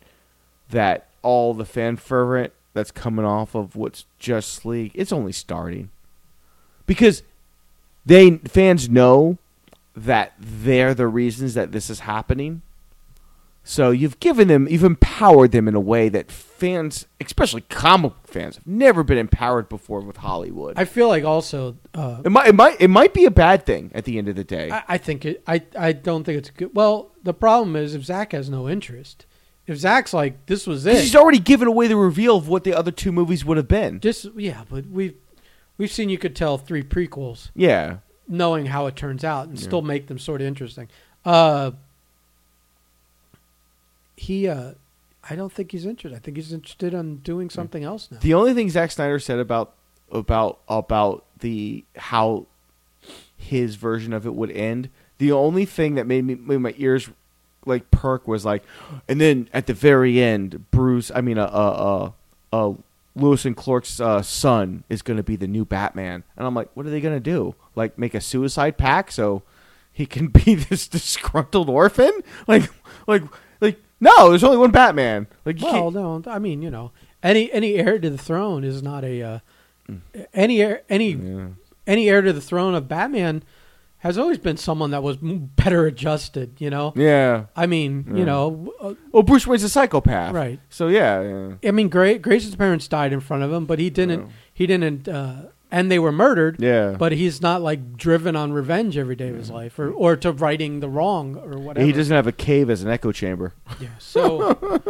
[SPEAKER 2] that all the fan fervent that's coming off of what's just league, it's only starting because they fans know that they're the reasons that this is happening. So you've given them, you've empowered them in a way that fans, especially comic book fans, have never been empowered before with Hollywood.
[SPEAKER 1] I feel like also uh,
[SPEAKER 2] It might, it might, it might be a bad thing at the end of the day.
[SPEAKER 1] I, I think it. I I don't think it's good. Well, the problem is if Zach has no interest. If Zach's like this was
[SPEAKER 2] 'Cause
[SPEAKER 1] it,
[SPEAKER 2] he's already given away the reveal of what the other two movies would have been.
[SPEAKER 1] this yeah. But we've we've seen you could tell three prequels
[SPEAKER 2] Yeah,
[SPEAKER 1] knowing how it turns out and still make them sort of interesting. Uh, he, uh, I don't think he's interested. I think he's interested in doing something else now.
[SPEAKER 2] the only thing Zack Snyder said about about about the how his version of it would end. The only thing that made me made my ears like perk was like, and then at the very end, Bruce, I mean, uh, uh, uh, uh Lewis and Clark's uh, son is going to be the new Batman, and I'm like, what are they going to do? Like, make a suicide pact so he can [laughs] be this disgruntled orphan? Like, like, like, no, there's only one Batman. Like, you
[SPEAKER 1] Well,
[SPEAKER 2] can't-
[SPEAKER 1] no, I mean, you know, any any heir to the throne is not a uh,
[SPEAKER 2] Mm.
[SPEAKER 1] any heir any any heir to the throne of Batman has always been someone that was m- better adjusted. You know,
[SPEAKER 2] yeah.
[SPEAKER 1] I mean, you know, uh,
[SPEAKER 2] Well, Bruce Wayne's a psychopath,
[SPEAKER 1] Right.
[SPEAKER 2] So yeah, yeah.
[SPEAKER 1] I mean, Gra- Grace's parents died in front of him, but he didn't. He didn't, uh, and they were murdered.
[SPEAKER 2] Yeah.
[SPEAKER 1] but he's not like driven on revenge every day of his life, or or to righting the wrong or whatever.
[SPEAKER 2] he doesn't have a cave as an echo chamber.
[SPEAKER 1] Yeah, so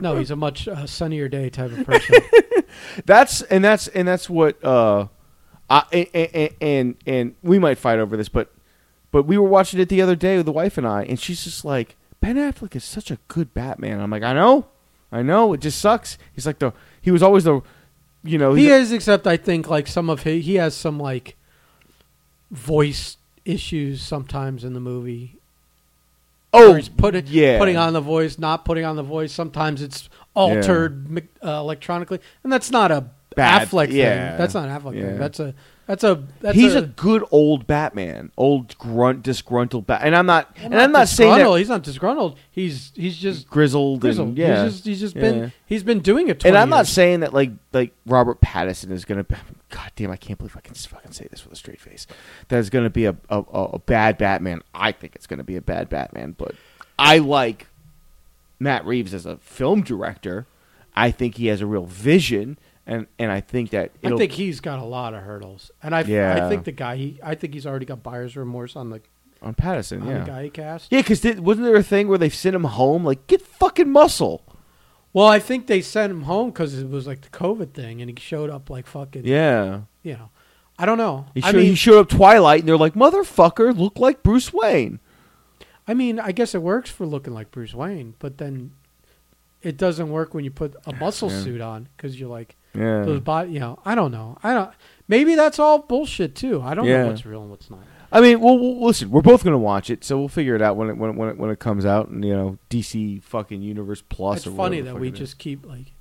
[SPEAKER 1] no, he's a much uh, sunnier day type of person.
[SPEAKER 2] [laughs] That's and that's and that's what uh, I and and, and we might fight over this, but but we were watching it the other day with the wife and I, and she's just like, Ben Affleck is such a good Batman. I'm like, I know, I know, it just sucks. He's like the he was always the you know,
[SPEAKER 1] he
[SPEAKER 2] he-
[SPEAKER 1] is, except I think like some of his, he has some like voice issues sometimes in the movie.
[SPEAKER 2] oh,
[SPEAKER 1] Where he's putting
[SPEAKER 2] yeah.
[SPEAKER 1] putting on the voice, not putting on the voice. Sometimes it's altered me- uh, electronically, and that's not a
[SPEAKER 2] Bad-
[SPEAKER 1] Affleck
[SPEAKER 2] yeah.
[SPEAKER 1] thing. That's not an Affleck
[SPEAKER 2] Yeah.
[SPEAKER 1] thing. That's a that's a that's
[SPEAKER 2] he's a, good old Batman, old grunt, disgruntled bat. And I'm not, and I'm not saying
[SPEAKER 1] disgruntled.
[SPEAKER 2] that
[SPEAKER 1] he's not disgruntled. He's he's just
[SPEAKER 2] grizzled,
[SPEAKER 1] grizzled.
[SPEAKER 2] and yeah.
[SPEAKER 1] He's just he's just
[SPEAKER 2] Yeah.
[SPEAKER 1] been he's been doing it. 20
[SPEAKER 2] and I'm not
[SPEAKER 1] years.
[SPEAKER 2] saying that like like Robert Pattinson is gonna. Be, God damn, I can't believe I can fucking say this with a straight face. That is gonna be a, a a a bad Batman. I think it's gonna be a bad Batman, but I like Matt Reeves as a film director. I think he has a real vision, and and I think that
[SPEAKER 1] I
[SPEAKER 2] it'll-
[SPEAKER 1] think he's got a lot of hurdles, and I
[SPEAKER 2] Yeah.
[SPEAKER 1] I think the guy he I think he's already got buyer's remorse on the
[SPEAKER 2] on Pattinson,
[SPEAKER 1] on
[SPEAKER 2] yeah,
[SPEAKER 1] the guy he cast.
[SPEAKER 2] yeah, because wasn't there a thing where they sent him home like get fucking muscle?
[SPEAKER 1] Well, I think they sent him home because it was like the COVID thing, and he showed up like fucking
[SPEAKER 2] Yeah,
[SPEAKER 1] You know, I don't know.
[SPEAKER 2] he,
[SPEAKER 1] I
[SPEAKER 2] show-
[SPEAKER 1] mean,
[SPEAKER 2] he showed up Twilight, and they're like motherfucker, look like Bruce Wayne.
[SPEAKER 1] I mean, I guess it works for looking like Bruce Wayne, but then it doesn't work when you put a muscle
[SPEAKER 2] Yeah.
[SPEAKER 1] suit on because you're like
[SPEAKER 2] Yeah,
[SPEAKER 1] those body. You know, I don't know. I don't. Maybe that's all bullshit too. I don't
[SPEAKER 2] Yeah.
[SPEAKER 1] know what's real and what's not.
[SPEAKER 2] I mean, well, well, listen, we're both going to watch it, so we'll figure it out when it when it, when it, when it comes out, and you know, DC fucking Universe Plus.
[SPEAKER 1] it's
[SPEAKER 2] or
[SPEAKER 1] funny
[SPEAKER 2] whatever the
[SPEAKER 1] that
[SPEAKER 2] fuck
[SPEAKER 1] we
[SPEAKER 2] it is.
[SPEAKER 1] just keep like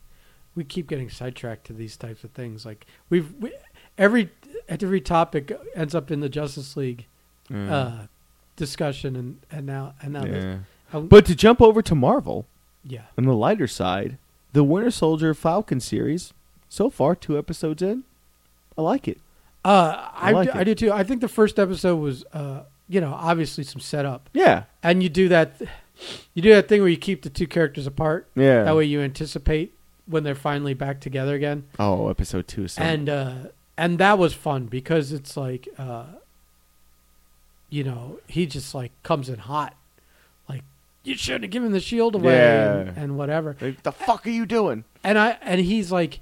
[SPEAKER 1] we keep getting sidetracked to these types of things like we've we, every every topic ends up in the justice league
[SPEAKER 2] Yeah.
[SPEAKER 1] uh discussion and and now and now this.
[SPEAKER 2] Yeah.
[SPEAKER 1] Um,
[SPEAKER 2] But to jump over to Marvel
[SPEAKER 1] yeah
[SPEAKER 2] on the lighter side, the Winter Soldier Falcon series, so far two episodes in, I like it.
[SPEAKER 1] uh i
[SPEAKER 2] like
[SPEAKER 1] do, I
[SPEAKER 2] it.
[SPEAKER 1] do too i think the first episode was uh you know obviously some setup
[SPEAKER 2] Yeah,
[SPEAKER 1] and you do that you do that thing where you keep the two characters apart
[SPEAKER 2] yeah.
[SPEAKER 1] that way you anticipate when they're finally back together again
[SPEAKER 2] oh, episode two is so
[SPEAKER 1] and uh and that was fun because it's like uh you know he just like comes in hot like you shouldn't have given the shield away and,
[SPEAKER 2] Yeah.
[SPEAKER 1] and whatever
[SPEAKER 2] Like, the fuck are you doing?
[SPEAKER 1] and i and he's like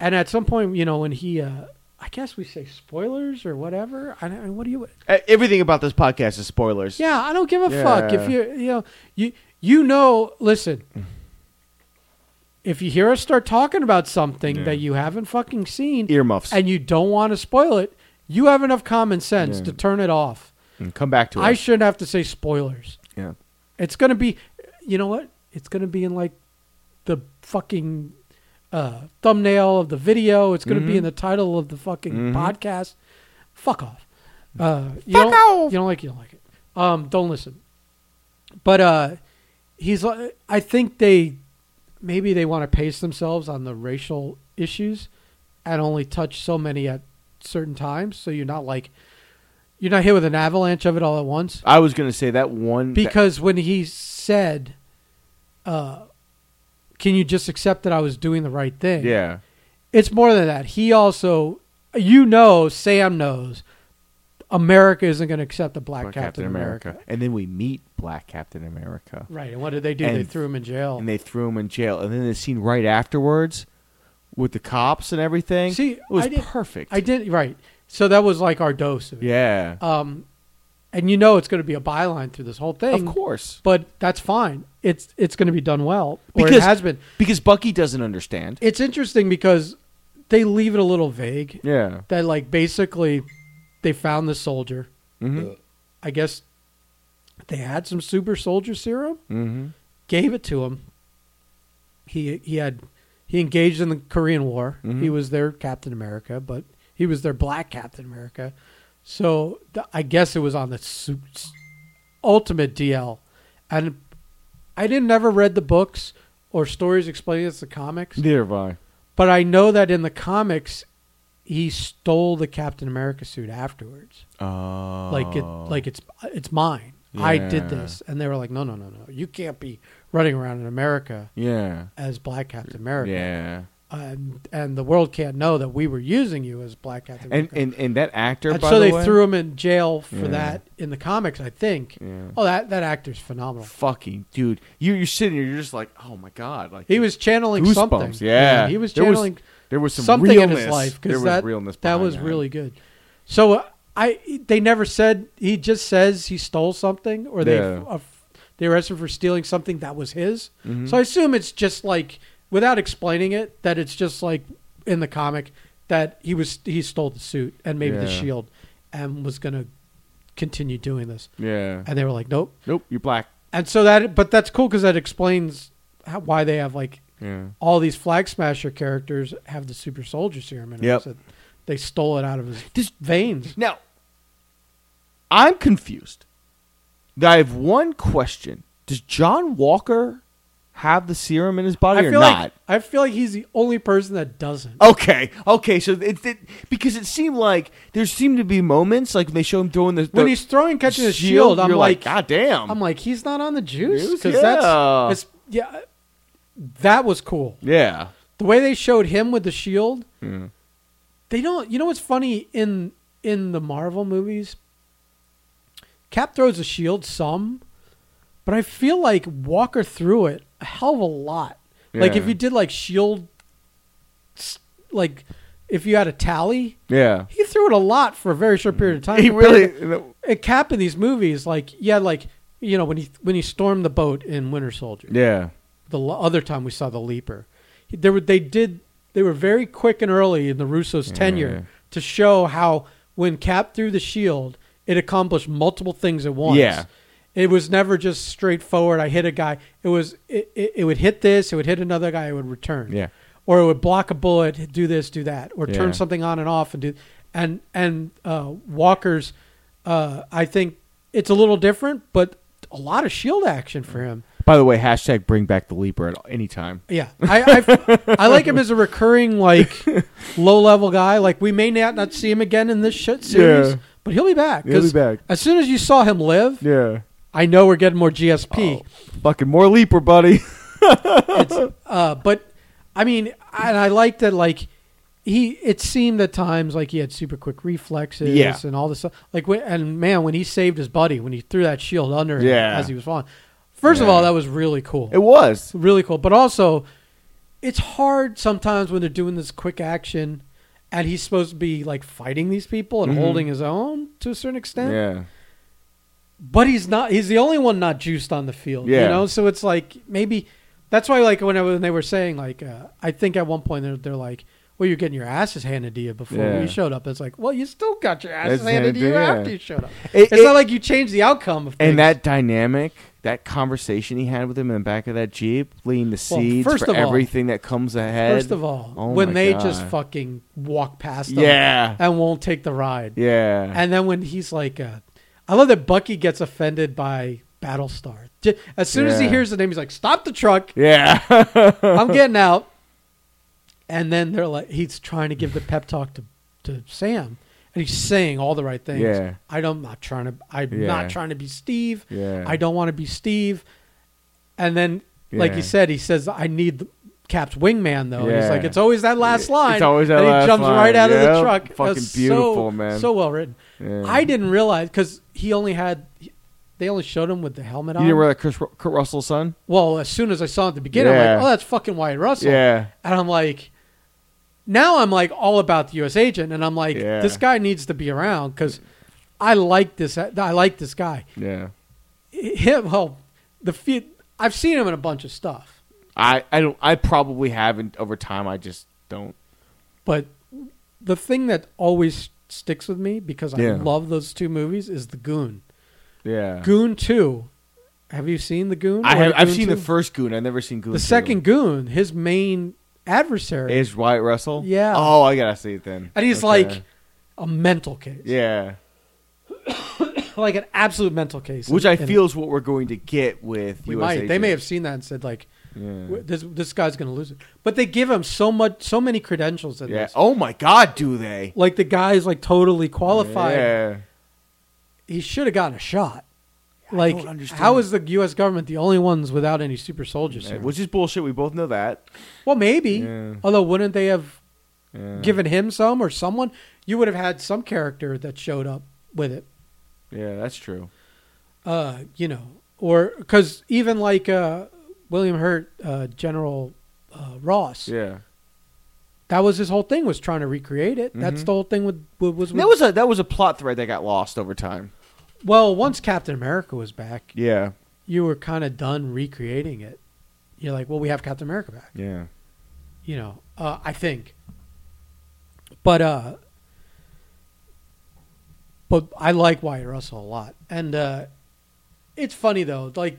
[SPEAKER 1] and at some point you know when he uh i guess we say spoilers or whatever i don't what do you
[SPEAKER 2] Uh, Everything about this podcast is spoilers.
[SPEAKER 1] yeah i don't give a fuck if
[SPEAKER 2] Yeah.
[SPEAKER 1] you you know you you know listen if you hear us start talking about something
[SPEAKER 2] Yeah.
[SPEAKER 1] that you haven't fucking seen
[SPEAKER 2] earmuffs, and,
[SPEAKER 1] and you don't want to spoil it, you have enough common sense
[SPEAKER 2] Yeah.
[SPEAKER 1] to turn it off.
[SPEAKER 2] Mm, come back to it.
[SPEAKER 1] I shouldn't have to say spoilers.
[SPEAKER 2] yeah,
[SPEAKER 1] It's going to be, you know what? It's going to be in like the fucking uh, thumbnail of the video. It's going to
[SPEAKER 2] Mhm.
[SPEAKER 1] be in the title of the fucking
[SPEAKER 2] Mhm.
[SPEAKER 1] podcast. Fuck off. Uh, you
[SPEAKER 2] Fuck
[SPEAKER 1] don't,
[SPEAKER 2] off.
[SPEAKER 1] You don't like it, you don't like it. Um, don't listen. But uh, he's like, I think they maybe they want to pace themselves on the racial issues and only touch so many at certain times. So you're not like, you're not hit with an avalanche of it all at once
[SPEAKER 2] I was gonna say that one that-
[SPEAKER 1] because when he said, uh, "Can you just accept that I was doing the right thing?"
[SPEAKER 2] yeah,
[SPEAKER 1] it's more than that. He also, you know, Sam knows America isn't going to accept a black,
[SPEAKER 2] Black
[SPEAKER 1] Captain, America.
[SPEAKER 2] And then we meet Black Captain America.
[SPEAKER 1] right? And what did they do? they
[SPEAKER 2] And-
[SPEAKER 1] threw him in jail.
[SPEAKER 2] And they threw him in jail. And then the scene right afterwards with the cops and everything.
[SPEAKER 1] See,
[SPEAKER 2] it was
[SPEAKER 1] I did-
[SPEAKER 2] perfect.
[SPEAKER 1] I did right. So that was like our dose of it.
[SPEAKER 2] Yeah.
[SPEAKER 1] Um, and you know, it's going to be a byline through this whole thing.
[SPEAKER 2] of course.
[SPEAKER 1] But that's fine. It's it's going to be done well, or it
[SPEAKER 2] Because-
[SPEAKER 1] has been.
[SPEAKER 2] Because Bucky doesn't understand.
[SPEAKER 1] It's interesting because they leave it a little vague.
[SPEAKER 2] Yeah.
[SPEAKER 1] that like basically they found the soldier.
[SPEAKER 2] Mm-hmm.
[SPEAKER 1] I guess they had some super soldier serum,
[SPEAKER 2] Mm-hmm.
[SPEAKER 1] gave it to him. He he had he engaged in the Korean War.
[SPEAKER 2] Mhm.
[SPEAKER 1] He was their Captain America, but he was their black Captain America. So th- I guess it was on the su- s- ultimate DL. And I didn't ever read the books or stories explaining this to comics.
[SPEAKER 2] Neither have I.
[SPEAKER 1] But I know that in the comics, he stole the Captain America suit afterwards.
[SPEAKER 2] Oh.
[SPEAKER 1] Like it, like it's it's mine. I
[SPEAKER 2] Yeah.
[SPEAKER 1] did this, and they were like, no, no, no, no, you can't be running around in America
[SPEAKER 2] Yeah.
[SPEAKER 1] as Black Captain America,
[SPEAKER 2] Yeah.
[SPEAKER 1] and and the world can't know that we were using you as Black Captain
[SPEAKER 2] And,
[SPEAKER 1] America.
[SPEAKER 2] and and that actor,
[SPEAKER 1] And
[SPEAKER 2] by
[SPEAKER 1] so
[SPEAKER 2] the
[SPEAKER 1] they
[SPEAKER 2] way-
[SPEAKER 1] threw him in jail for
[SPEAKER 2] Yeah.
[SPEAKER 1] that in the comics, I think.
[SPEAKER 2] Yeah.
[SPEAKER 1] Oh, that that actor's phenomenal.
[SPEAKER 2] Fucking dude, you you're sitting here, you're just like, oh my god, like
[SPEAKER 1] He was channeling
[SPEAKER 2] goosebumps.
[SPEAKER 1] something.
[SPEAKER 2] Yeah.
[SPEAKER 1] he was
[SPEAKER 2] There was
[SPEAKER 1] channeling.
[SPEAKER 2] there was some
[SPEAKER 1] something
[SPEAKER 2] realness.
[SPEAKER 1] in his life
[SPEAKER 2] there
[SPEAKER 1] because
[SPEAKER 2] was
[SPEAKER 1] that
[SPEAKER 2] realness.
[SPEAKER 1] that
[SPEAKER 2] behind
[SPEAKER 1] was really good. So uh, I they never said he just says he stole something or they
[SPEAKER 2] Yeah.
[SPEAKER 1] uh, they arrested him for stealing something that was his.
[SPEAKER 2] Mhm.
[SPEAKER 1] So I assume it's just like without explaining it that it's just like in the comic that he was he stole the suit and maybe the
[SPEAKER 2] Yeah.
[SPEAKER 1] shield and was gonna continue doing this.
[SPEAKER 2] Yeah.
[SPEAKER 1] And they were like, nope.
[SPEAKER 2] Nope. You're black.
[SPEAKER 1] And so that, but that's cool because that explains how, why they have like
[SPEAKER 2] Yeah.
[SPEAKER 1] all these Flag Smasher characters have the Super Soldier Serum. And
[SPEAKER 2] Yep.
[SPEAKER 1] they stole it out of his
[SPEAKER 2] This-
[SPEAKER 1] veins.
[SPEAKER 2] Now, I'm confused. I have one question. Does John Walker have the serum in his body
[SPEAKER 1] I
[SPEAKER 2] or
[SPEAKER 1] feel
[SPEAKER 2] not? Oh,
[SPEAKER 1] like I feel like he's the only person that doesn't.
[SPEAKER 2] okay, okay. So it, it because it seemed like there seemed to be moments like when they show him throwing the,
[SPEAKER 1] when
[SPEAKER 2] the
[SPEAKER 1] he's throwing catching his shield, I'm
[SPEAKER 2] you're
[SPEAKER 1] like,
[SPEAKER 2] God damn.
[SPEAKER 1] I'm like, he's not on the juice
[SPEAKER 2] Juice?
[SPEAKER 1] because
[SPEAKER 2] Yeah.
[SPEAKER 1] that's it's, yeah. That was cool.
[SPEAKER 2] yeah,
[SPEAKER 1] The way they showed him with the shield,
[SPEAKER 2] Hmm.
[SPEAKER 1] they don't. You know what's funny in in the Marvel movies? Cap throws a shield some, but I feel like Walker threw it a hell of a lot. Like
[SPEAKER 2] Yeah.
[SPEAKER 1] if you did like shield, s- like if you had a tally,
[SPEAKER 2] yeah.
[SPEAKER 1] he threw it a lot for a very short period of time.
[SPEAKER 2] Mm. He
[SPEAKER 1] compared
[SPEAKER 2] really.
[SPEAKER 1] to- a cap in these movies, like yeah, like you know when he when he stormed the boat in Winter Soldier,
[SPEAKER 2] yeah,
[SPEAKER 1] the l- other time we saw the Leaper, he- there were they did they were very quick and early in the Russo's tenure to show how when Cap threw the shield, it accomplished multiple things at once.
[SPEAKER 2] Yeah.
[SPEAKER 1] It was never just straightforward. I hit a guy. It was it, it, it would hit this. It would hit another guy. It would return.
[SPEAKER 2] Yeah.
[SPEAKER 1] Or it would block a bullet. Do this. Do that. Or
[SPEAKER 2] Yeah.
[SPEAKER 1] turn something on and off. And do and and uh, Walker's. Uh, I think it's a little different, but a lot of shield action
[SPEAKER 2] Mm.
[SPEAKER 1] for him.
[SPEAKER 2] By the way, hashtag bring back the leaper at any time.
[SPEAKER 1] Yeah, I, I, I like him as a recurring
[SPEAKER 2] [laughs]
[SPEAKER 1] like low level guy. Like we may not not see him again in this shit series,
[SPEAKER 2] Yeah.
[SPEAKER 1] but he'll be back.
[SPEAKER 2] He'll be
[SPEAKER 1] 'cause
[SPEAKER 2] back.
[SPEAKER 1] As soon as you saw him live,
[SPEAKER 2] Yeah, Oh.
[SPEAKER 1] I know we're getting more GSP.
[SPEAKER 2] fucking more leaper, buddy. [laughs]
[SPEAKER 1] Uh, but I mean, and I like that. Like he, it seemed at times like he had super quick reflexes
[SPEAKER 2] Yeah.
[SPEAKER 1] and all this stuff. Like when- and man, when he saved his buddy when he threw that shield under him
[SPEAKER 2] Yeah.
[SPEAKER 1] as he was falling. First of
[SPEAKER 2] Yeah.
[SPEAKER 1] all, that was really cool.
[SPEAKER 2] It was.
[SPEAKER 1] really cool. But also, it's hard sometimes when they're doing this quick action, and he's supposed to be like fighting these people and
[SPEAKER 2] Mhm.
[SPEAKER 1] holding his own to a certain extent.
[SPEAKER 2] Yeah,
[SPEAKER 1] But he's not. He's the only one not juiced on the field. You
[SPEAKER 2] Yeah.
[SPEAKER 1] know. So it's like maybe that's why like when, I, when they were saying like uh, I think at one point they're they're like. Well, you're getting your asses handed to you before
[SPEAKER 2] Yeah.
[SPEAKER 1] you showed up. It's like, well, you still got your asses
[SPEAKER 2] Asses
[SPEAKER 1] handed to you
[SPEAKER 2] handed to you,
[SPEAKER 1] after
[SPEAKER 2] yeah.
[SPEAKER 1] you showed up.
[SPEAKER 2] It-
[SPEAKER 1] it's
[SPEAKER 2] it-
[SPEAKER 1] not like you changed the outcome of things.
[SPEAKER 2] and that dynamic, that conversation he had with him in the back of that jeep, laying the seeds
[SPEAKER 1] first
[SPEAKER 2] for
[SPEAKER 1] of all-
[SPEAKER 2] everything that comes ahead.
[SPEAKER 1] First of all,
[SPEAKER 2] Oh
[SPEAKER 1] when
[SPEAKER 2] my
[SPEAKER 1] they just
[SPEAKER 2] God.
[SPEAKER 1] fucking walk past him
[SPEAKER 2] yeah,
[SPEAKER 1] [laughs] and won't take the ride.
[SPEAKER 2] yeah,
[SPEAKER 1] And then when he's like, uh, I love that Bucky gets offended by Battlestar. J- As soon as he
[SPEAKER 2] Yeah.
[SPEAKER 1] hears the name, he's like, "Stop the truck!
[SPEAKER 2] yeah,
[SPEAKER 1] I'm getting out." And then they're like, he's trying to give the pep talk to to Sam, and he's saying all the right things.
[SPEAKER 2] Yeah.
[SPEAKER 1] I don't, I'm not trying to. I'm
[SPEAKER 2] Yeah.
[SPEAKER 1] not trying to be Steve.
[SPEAKER 2] [laughs] yeah.
[SPEAKER 1] I don't want to be Steve. And then, like
[SPEAKER 2] Yeah.
[SPEAKER 1] you said, he says, "I need." the Cap's wingman though, and he's
[SPEAKER 2] Yeah.
[SPEAKER 1] like, it's always that last
[SPEAKER 2] It's
[SPEAKER 1] line.
[SPEAKER 2] always that
[SPEAKER 1] and he
[SPEAKER 2] last
[SPEAKER 1] jumps
[SPEAKER 2] line.
[SPEAKER 1] right out of the
[SPEAKER 2] Yep.
[SPEAKER 1] truck.
[SPEAKER 2] Fucking
[SPEAKER 1] That's so-
[SPEAKER 2] beautiful, man.
[SPEAKER 1] So well written.
[SPEAKER 2] Yeah.
[SPEAKER 1] I didn't realize because he only had they only showed him with the helmet
[SPEAKER 2] You
[SPEAKER 1] on.
[SPEAKER 2] didn't wear that Chris, Ru- Kurt Russell's son?
[SPEAKER 1] well, as soon as I saw it at the beginning, I'm
[SPEAKER 2] Yeah.
[SPEAKER 1] like, oh, that's fucking Wyatt Russell.
[SPEAKER 2] Yeah,
[SPEAKER 1] And I'm like, now I'm like all about the U.S. agent, and I'm like,
[SPEAKER 2] Yeah.
[SPEAKER 1] this guy needs to be around because I like this. I like this guy.
[SPEAKER 2] yeah.
[SPEAKER 1] Him, well, the feet. I've seen him in a bunch of stuff,
[SPEAKER 2] I, I don't. I probably haven't over time. I just don't.
[SPEAKER 1] but the thing that always sticks with me because I
[SPEAKER 2] Yeah.
[SPEAKER 1] love those two movies is the Goon.
[SPEAKER 2] Yeah,
[SPEAKER 1] Goon Two. Have you seen the Goon?
[SPEAKER 2] I
[SPEAKER 1] or
[SPEAKER 2] have.
[SPEAKER 1] the
[SPEAKER 2] I've
[SPEAKER 1] Goon
[SPEAKER 2] seen the
[SPEAKER 1] 2?
[SPEAKER 2] first Goon. I've never seen Goon.
[SPEAKER 1] the
[SPEAKER 2] two.
[SPEAKER 1] second goon, his main adversary,
[SPEAKER 2] is Wyatt Russell.
[SPEAKER 1] Yeah.
[SPEAKER 2] Oh, I gotta see it then.
[SPEAKER 1] and he's
[SPEAKER 2] Okay.
[SPEAKER 1] like a mental case,
[SPEAKER 2] yeah,
[SPEAKER 1] like an absolute mental case.
[SPEAKER 2] which
[SPEAKER 1] in-
[SPEAKER 2] I
[SPEAKER 1] in-
[SPEAKER 2] feel is what we're going to get with.
[SPEAKER 1] we
[SPEAKER 2] US
[SPEAKER 1] might. They may have
[SPEAKER 2] Agent.
[SPEAKER 1] seen that and said like,
[SPEAKER 2] Yeah.
[SPEAKER 1] w "This this guy's going to lose it," but they give him so much, so many credentials in
[SPEAKER 2] Yeah.
[SPEAKER 1] this.
[SPEAKER 2] Oh my God, do they?
[SPEAKER 1] Like the guy is like totally qualified.
[SPEAKER 2] Yeah.
[SPEAKER 1] He should have gotten a shot.
[SPEAKER 2] don't
[SPEAKER 1] Like,
[SPEAKER 2] understand
[SPEAKER 1] how
[SPEAKER 2] that.
[SPEAKER 1] is the U.S. government the only ones without any super soldiers?
[SPEAKER 2] Yeah,
[SPEAKER 1] serum?
[SPEAKER 2] Which is bullshit. We both know that.
[SPEAKER 1] well, maybe.
[SPEAKER 2] Yeah.
[SPEAKER 1] Although, wouldn't they have
[SPEAKER 2] Yeah.
[SPEAKER 1] given him some or someone? You would have had some character that showed up with it.
[SPEAKER 2] Yeah, that's true.
[SPEAKER 1] uh, you know, or because even like uh, William Hurt, uh, General uh, Ross,
[SPEAKER 2] Yeah.
[SPEAKER 1] that was his whole thing was trying to recreate it. That's
[SPEAKER 2] Mhm.
[SPEAKER 1] the whole thing with, with was, with,
[SPEAKER 2] That was a that was a plot thread that got lost over time.
[SPEAKER 1] well once Captain America was back,
[SPEAKER 2] Yeah.
[SPEAKER 1] you were kind of done recreating it. You're like, well, we have Captain America back,
[SPEAKER 2] Yeah.
[SPEAKER 1] you know. Uh, I think But uh, but I like Wyatt Russell a lot, and uh, it's funny though, like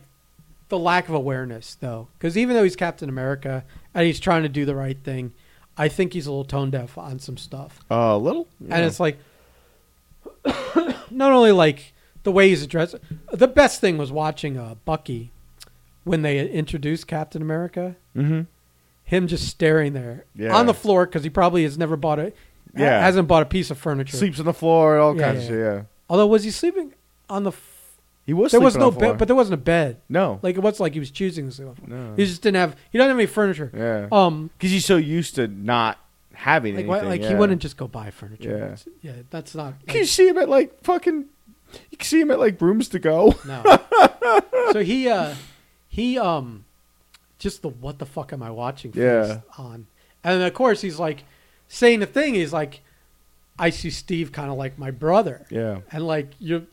[SPEAKER 1] the lack of awareness though, because even though he's Captain America and he's trying to do the right thing, I think he's a little tone deaf on some stuff.
[SPEAKER 2] Uh, A little.
[SPEAKER 1] And it's like, [coughs] not only like the way he's addressed. The best thing was watching uh, Bucky when they introduced Captain America.
[SPEAKER 2] mm-hmm.
[SPEAKER 1] Him just staring there
[SPEAKER 2] Yeah.
[SPEAKER 1] on the floor because he probably has never bought a,
[SPEAKER 2] Yeah.
[SPEAKER 1] hasn't bought a piece of furniture.
[SPEAKER 2] Sleeps on the floor, all
[SPEAKER 1] Yeah,
[SPEAKER 2] kinds of
[SPEAKER 1] yeah.
[SPEAKER 2] shit. Yeah,
[SPEAKER 1] Although was he sleeping on the? F-
[SPEAKER 2] he was.
[SPEAKER 1] there was
[SPEAKER 2] sleeping
[SPEAKER 1] no
[SPEAKER 2] on the floor.
[SPEAKER 1] bed, but there wasn't a bed.
[SPEAKER 2] no,
[SPEAKER 1] Like it was like he was choosing to sleep on. the floor.
[SPEAKER 2] no,
[SPEAKER 1] He just didn't have. He doesn't have any furniture.
[SPEAKER 2] yeah,
[SPEAKER 1] Um,
[SPEAKER 2] because he's so used to not having
[SPEAKER 1] like why,
[SPEAKER 2] anything.
[SPEAKER 1] like
[SPEAKER 2] yeah.
[SPEAKER 1] he wouldn't just go buy furniture.
[SPEAKER 2] Yeah.
[SPEAKER 1] Yeah, that's
[SPEAKER 2] [laughs]
[SPEAKER 1] not.
[SPEAKER 2] Can you see him at like fucking? You can see him at like rooms to go. [laughs]
[SPEAKER 1] No. so he uh he um just the what the fuck am I watching face
[SPEAKER 2] Yeah.
[SPEAKER 1] on. And of course he's like saying the thing, he's like, I see Steve kinda like my brother.
[SPEAKER 2] Yeah,
[SPEAKER 1] And like you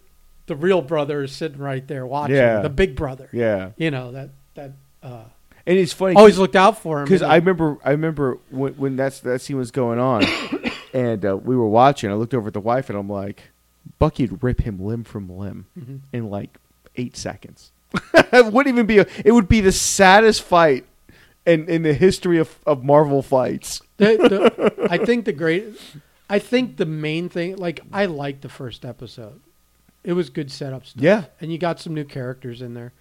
[SPEAKER 1] the real brother is sitting right there watching
[SPEAKER 2] Yeah.
[SPEAKER 1] the big brother.
[SPEAKER 2] yeah,
[SPEAKER 1] You know, that that uh
[SPEAKER 2] and it's funny.
[SPEAKER 1] always looked out for him.
[SPEAKER 2] because
[SPEAKER 1] and
[SPEAKER 2] I remember I remember when, when that's that scene was
[SPEAKER 1] [coughs]
[SPEAKER 2] going on, and uh, we were watching. I looked over at the wife, and I'm like, Bucky'd rip him limb from limb
[SPEAKER 1] Mhm.
[SPEAKER 2] in like eight seconds. [laughs] it wouldn't even be. A, it would be the saddest fight in in the history of of Marvel fights.
[SPEAKER 1] The-
[SPEAKER 2] [laughs]
[SPEAKER 1] the- I think the great, I think the main thing, like I liked the first episode. It was good setup stuff.
[SPEAKER 2] Yeah.
[SPEAKER 1] and you got some new characters in there,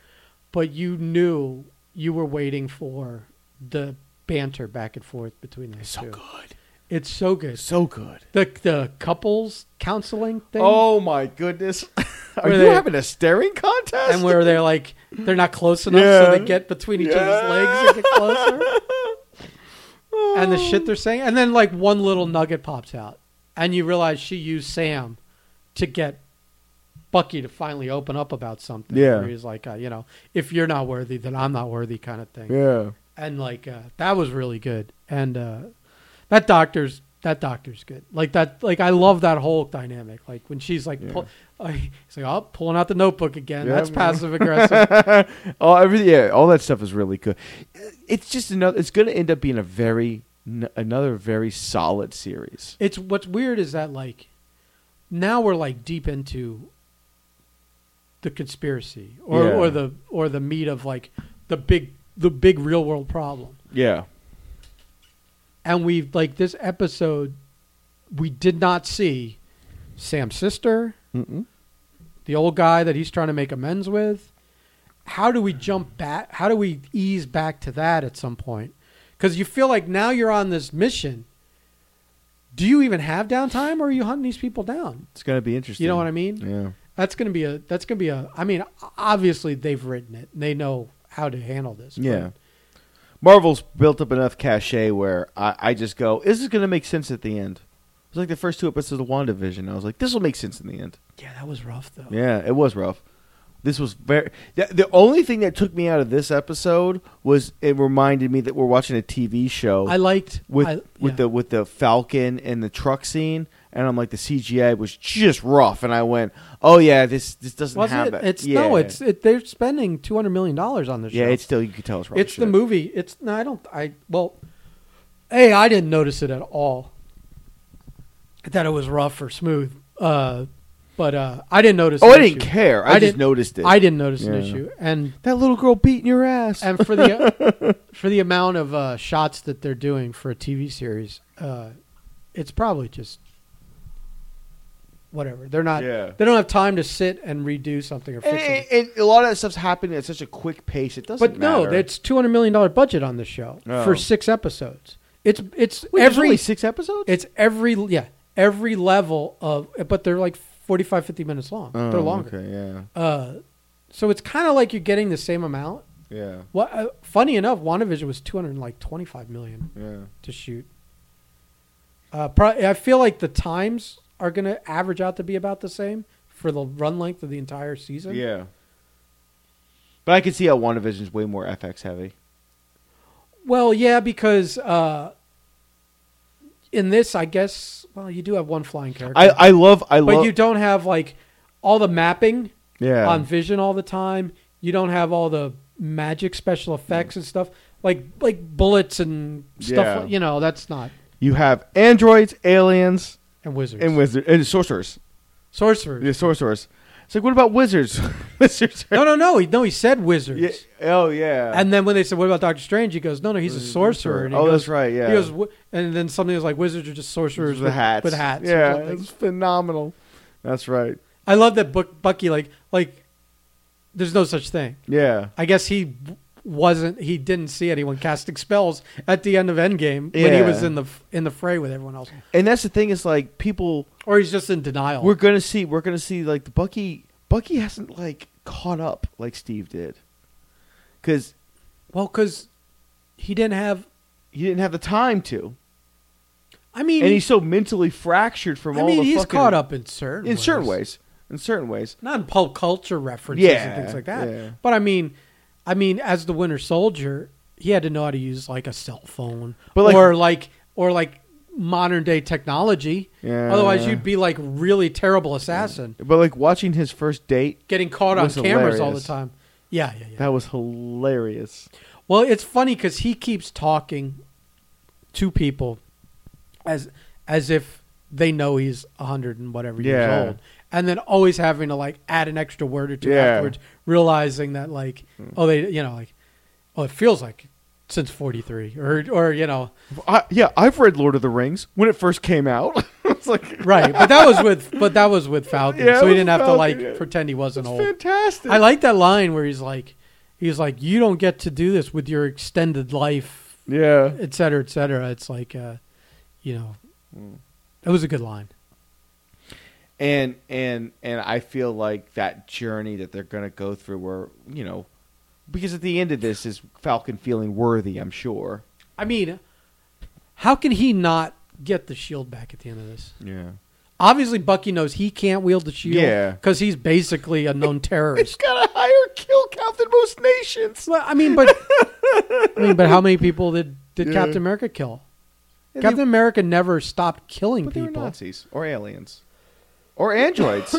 [SPEAKER 1] but you knew you were waiting for the banter back and forth between those two.
[SPEAKER 2] good,
[SPEAKER 1] It's so good.
[SPEAKER 2] so good.
[SPEAKER 1] The the couples counseling thing,
[SPEAKER 2] Oh my goodness! [laughs] Are
[SPEAKER 1] Where
[SPEAKER 2] you
[SPEAKER 1] they-
[SPEAKER 2] having a staring contest?
[SPEAKER 1] and where they're like they're not close enough, so
[SPEAKER 2] Yeah.
[SPEAKER 1] they get between each
[SPEAKER 2] Yeah.
[SPEAKER 1] other's legs and get
[SPEAKER 2] [laughs]
[SPEAKER 1] closer. and the shit they're saying, and then like one little nugget pops out, and you realize she used Sam to get Bucky to finally open up about something.
[SPEAKER 2] Yeah.
[SPEAKER 1] where he's like, uh, you know, if you're not worthy, then I'm not worthy, kind of thing.
[SPEAKER 2] Yeah,
[SPEAKER 1] And like uh, that was really good, and uh, that doctor's that doctor's good. Like that, like I love that whole dynamic. Like when she's like,
[SPEAKER 2] Yeah.
[SPEAKER 1] pull, uh, [laughs] he's like, oh, pulling out the notebook again.
[SPEAKER 2] Yeah,
[SPEAKER 1] That's
[SPEAKER 2] man.
[SPEAKER 1] passive aggressive. [laughs]
[SPEAKER 2] [laughs] all everything. Yeah, all that stuff is really good. It's just another. It's going to end up being a very n- another very solid series.
[SPEAKER 1] it's what's weird is that like now we're like deep into the conspiracy or,
[SPEAKER 2] Yeah.
[SPEAKER 1] or the or the meat of like the big the big real world problem
[SPEAKER 2] Yeah,
[SPEAKER 1] and we've like this episode we did not see sam's sister
[SPEAKER 2] Mm-mm.
[SPEAKER 1] the old guy that he's trying to make amends with how do we jump back how do we ease back to that at some point because you feel like now you're on this mission do you even have downtime or are you hunting these people down
[SPEAKER 2] it's going to be interesting.
[SPEAKER 1] you know what i mean
[SPEAKER 2] Yeah,
[SPEAKER 1] that's gonna be a that's gonna be a i mean obviously they've written it and they know how to handle this but
[SPEAKER 2] yeah. Marvel's built up enough cachet where I, I just go, "Is this going to make sense at the end?" It was like the first two episodes of WandaVision. I was like, "This will make sense in the end."
[SPEAKER 1] yeah that was rough though
[SPEAKER 2] Yeah, it was rough. This was very. The, the only thing that took me out of this episode was it reminded me that we're watching a TV show
[SPEAKER 1] i liked
[SPEAKER 2] with
[SPEAKER 1] I-
[SPEAKER 2] with
[SPEAKER 1] yeah.
[SPEAKER 2] the with the Falcon and the truck scene, and I'm like the CGI was just rough, and I went, oh yeah, this this doesn't
[SPEAKER 1] was
[SPEAKER 2] have
[SPEAKER 1] it?
[SPEAKER 2] that.
[SPEAKER 1] It's
[SPEAKER 2] yeah.
[SPEAKER 1] no, it's it, they're spending two hundred million dollars on this.
[SPEAKER 2] yeah,
[SPEAKER 1] show.
[SPEAKER 2] it's still you can tell it's rough.
[SPEAKER 1] it's the movie. It's no, I don't. I well, hey, I didn't notice it at all. That it was rough or smooth, uh, but uh, I didn't notice.
[SPEAKER 2] Oh, I
[SPEAKER 1] an
[SPEAKER 2] didn't
[SPEAKER 1] issue.
[SPEAKER 2] care. I,
[SPEAKER 1] I
[SPEAKER 2] just
[SPEAKER 1] didn't-
[SPEAKER 2] noticed it.
[SPEAKER 1] I didn't notice an
[SPEAKER 2] Yeah.
[SPEAKER 1] issue, and
[SPEAKER 2] that little girl beating your ass.
[SPEAKER 1] and for
[SPEAKER 2] [laughs]
[SPEAKER 1] the for the amount of uh, shots that they're doing for a TV series, uh, it's probably just whatever. They're not.
[SPEAKER 2] Yeah.
[SPEAKER 1] They don't have time to sit and redo something or fix
[SPEAKER 2] and,
[SPEAKER 1] it.
[SPEAKER 2] and- and a lot of that stuff's happening at such a quick pace. It doesn't.
[SPEAKER 1] But no,
[SPEAKER 2] matter.
[SPEAKER 1] it's two hundred million dollar budget on this show
[SPEAKER 2] Oh.
[SPEAKER 1] for six episodes. It's it's
[SPEAKER 2] Wait, there's
[SPEAKER 1] every
[SPEAKER 2] only six episodes.
[SPEAKER 1] it's every yeah every level of but they're like 45, 50 minutes long.
[SPEAKER 2] Oh,
[SPEAKER 1] they're longer.
[SPEAKER 2] Okay, yeah,
[SPEAKER 1] Uh, so it's kind of like you're getting the same amount.
[SPEAKER 2] yeah,
[SPEAKER 1] What? Uh, funny enough, WandaVision was two hundred like twenty five million
[SPEAKER 2] yeah.
[SPEAKER 1] to shoot. Uh, pro- I feel like the times are going to average out to be about the same for the run length of the entire season.
[SPEAKER 2] Yeah. But I can see how WandaVision is way more FX heavy.
[SPEAKER 1] Well, yeah, because uh, in this, I guess, well, you do have one flying character,
[SPEAKER 2] I, I love I
[SPEAKER 1] but
[SPEAKER 2] love
[SPEAKER 1] you don't have like all the mapping
[SPEAKER 2] yeah
[SPEAKER 1] on Vision all the time. You don't have all the magic special effects and stuff like like bullets and stuff.
[SPEAKER 2] Mm. Yeah.
[SPEAKER 1] like- you know, that's not
[SPEAKER 2] You have androids, aliens,
[SPEAKER 1] and wizards
[SPEAKER 2] and wizards and sorcerers.
[SPEAKER 1] sorcerers.
[SPEAKER 2] Yeah, sorcerers. It's like what about wizards? [laughs] wizards. are-
[SPEAKER 1] No, no, no. He no, he said wizards.
[SPEAKER 2] Yeah, oh yeah.
[SPEAKER 1] And then when they said, "What about Doctor Strange?" He goes, "No, no, he's a sorcerer." And he
[SPEAKER 2] Oh,
[SPEAKER 1] goes,
[SPEAKER 2] that's right. Yeah.
[SPEAKER 1] He goes, "Wh-" and then something was like, "Wizards are just sorcerers
[SPEAKER 2] with the hats.
[SPEAKER 1] With hats. or
[SPEAKER 2] Yeah,
[SPEAKER 1] something.
[SPEAKER 2] it's phenomenal. That's right.
[SPEAKER 1] I love that Buck, Bucky like like. There's no such thing.
[SPEAKER 2] Yeah.
[SPEAKER 1] I guess he w- wasn't. He didn't see anyone casting spells at the end of Endgame when he
[SPEAKER 2] Yeah.
[SPEAKER 1] was in the f- in the fray with everyone else,
[SPEAKER 2] And that's the thing is like people
[SPEAKER 1] or he's just in denial.
[SPEAKER 2] we're gonna see we're gonna see like the Bucky Bucky hasn't like caught up like Steve did. Cause
[SPEAKER 1] well, because he didn't have.
[SPEAKER 2] he didn't have the time to.
[SPEAKER 1] I mean,
[SPEAKER 2] And he's so mentally fractured from
[SPEAKER 1] I
[SPEAKER 2] all
[SPEAKER 1] mean,
[SPEAKER 2] the
[SPEAKER 1] he's
[SPEAKER 2] fucking-
[SPEAKER 1] caught up in certain
[SPEAKER 2] in certain ways. In certain ways.
[SPEAKER 1] not in pulp culture references
[SPEAKER 2] Yeah,
[SPEAKER 1] and things like that.
[SPEAKER 2] yeah.
[SPEAKER 1] But I mean, I mean, as the Winter Soldier, he had to know how to use like a cell phone,
[SPEAKER 2] But, like-
[SPEAKER 1] or like or like modern day technology.
[SPEAKER 2] Yeah.
[SPEAKER 1] Otherwise, you'd be like really terrible assassin,
[SPEAKER 2] But like watching his first date,
[SPEAKER 1] getting caught on
[SPEAKER 2] Was
[SPEAKER 1] cameras all the
[SPEAKER 2] hilarious.
[SPEAKER 1] time. Yeah, yeah, yeah.
[SPEAKER 2] that was hilarious.
[SPEAKER 1] Well, it's funny because he keeps talking to people as as if they know he's a hundred and whatever
[SPEAKER 2] Yeah.
[SPEAKER 1] years old, and then always having to like add an extra word or two
[SPEAKER 2] Yeah. Hmm.
[SPEAKER 1] afterwards, realizing that like oh they you know like oh it feels like since forty three or or you know
[SPEAKER 2] I, yeah, I've read Lord of the Rings when it first came out. [laughs] it's like
[SPEAKER 1] right, but that was with but that was with Falcon,
[SPEAKER 2] Yeah,
[SPEAKER 1] so he
[SPEAKER 2] it was
[SPEAKER 1] didn't have to
[SPEAKER 2] Falcon,
[SPEAKER 1] like
[SPEAKER 2] yeah.
[SPEAKER 1] pretend he wasn't
[SPEAKER 2] it's
[SPEAKER 1] old.
[SPEAKER 2] fantastic.
[SPEAKER 1] I like that line where he's like he's like you don't get to do this with your extended life
[SPEAKER 2] Yeah.
[SPEAKER 1] et cetera, et cetera. It's like, uh, you know,
[SPEAKER 2] Hmm.
[SPEAKER 1] that was a good line.
[SPEAKER 2] and and and I feel like that journey that they're going to go through, where you know, because at the end of this is Falcon feeling worthy. I'm sure.
[SPEAKER 1] I mean, how can he not get the shield back at the end of this?
[SPEAKER 2] Yeah,
[SPEAKER 1] Obviously, Bucky knows he can't wield the shield
[SPEAKER 2] Yeah.
[SPEAKER 1] because he's basically a
[SPEAKER 2] [laughs]
[SPEAKER 1] known
[SPEAKER 2] it's
[SPEAKER 1] terrorist.
[SPEAKER 2] got a higher kill count than most nations.
[SPEAKER 1] Well, I mean, but I mean, but how many people did did
[SPEAKER 2] Yeah.
[SPEAKER 1] Captain America kill?
[SPEAKER 2] And
[SPEAKER 1] Captain
[SPEAKER 2] they-
[SPEAKER 1] America never stopped killing
[SPEAKER 2] but they were
[SPEAKER 1] people
[SPEAKER 2] Nazis or aliens or
[SPEAKER 1] [laughs]
[SPEAKER 2] androids.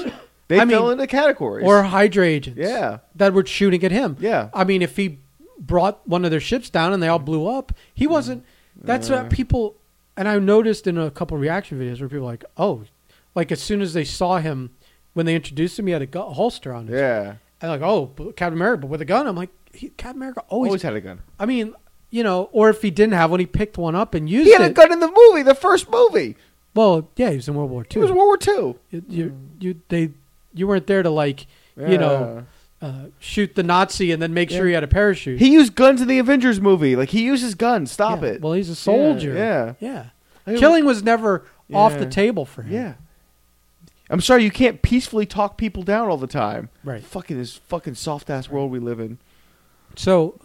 [SPEAKER 2] They
[SPEAKER 1] I
[SPEAKER 2] fell
[SPEAKER 1] mean,
[SPEAKER 2] into categories.
[SPEAKER 1] or Hydra agents.
[SPEAKER 2] Yeah.
[SPEAKER 1] that were shooting at him.
[SPEAKER 2] Yeah.
[SPEAKER 1] I mean, if he brought one of their ships down and they all blew up, he
[SPEAKER 2] Mm.
[SPEAKER 1] wasn't. That's
[SPEAKER 2] Uh.
[SPEAKER 1] what people. And I noticed in a couple reaction videos where people were like, oh, like as soon as they saw him when they introduced him, he had a, gu- holster on. Him.
[SPEAKER 2] yeah,
[SPEAKER 1] And like, oh, but Captain America, but with a gun. I'm like, he, Captain America always.
[SPEAKER 2] always had a gun.
[SPEAKER 1] I mean, you know, or if he didn't have one, he picked one up and used
[SPEAKER 2] He had
[SPEAKER 1] it.
[SPEAKER 2] a gun in the movie, the first movie.
[SPEAKER 1] Well, yeah, he was in World War
[SPEAKER 2] It
[SPEAKER 1] II.
[SPEAKER 2] was Mm. World War Two.
[SPEAKER 1] you, you, you, they, you weren't there to like, you know, uh, shoot the Nazi and then make sure he had a parachute.
[SPEAKER 2] He used guns in the Avengers movie. Like he uses guns. Stop
[SPEAKER 1] Yeah,
[SPEAKER 2] it.
[SPEAKER 1] Well, he's a soldier.
[SPEAKER 2] Yeah,
[SPEAKER 1] Yeah.
[SPEAKER 2] I-
[SPEAKER 1] Killing was never off the
[SPEAKER 2] Yeah.
[SPEAKER 1] table for him.
[SPEAKER 2] Yeah. I'm sorry, you can't peacefully talk people down all the time.
[SPEAKER 1] Right.
[SPEAKER 2] Fucking this fucking soft ass world we live in.
[SPEAKER 1] So,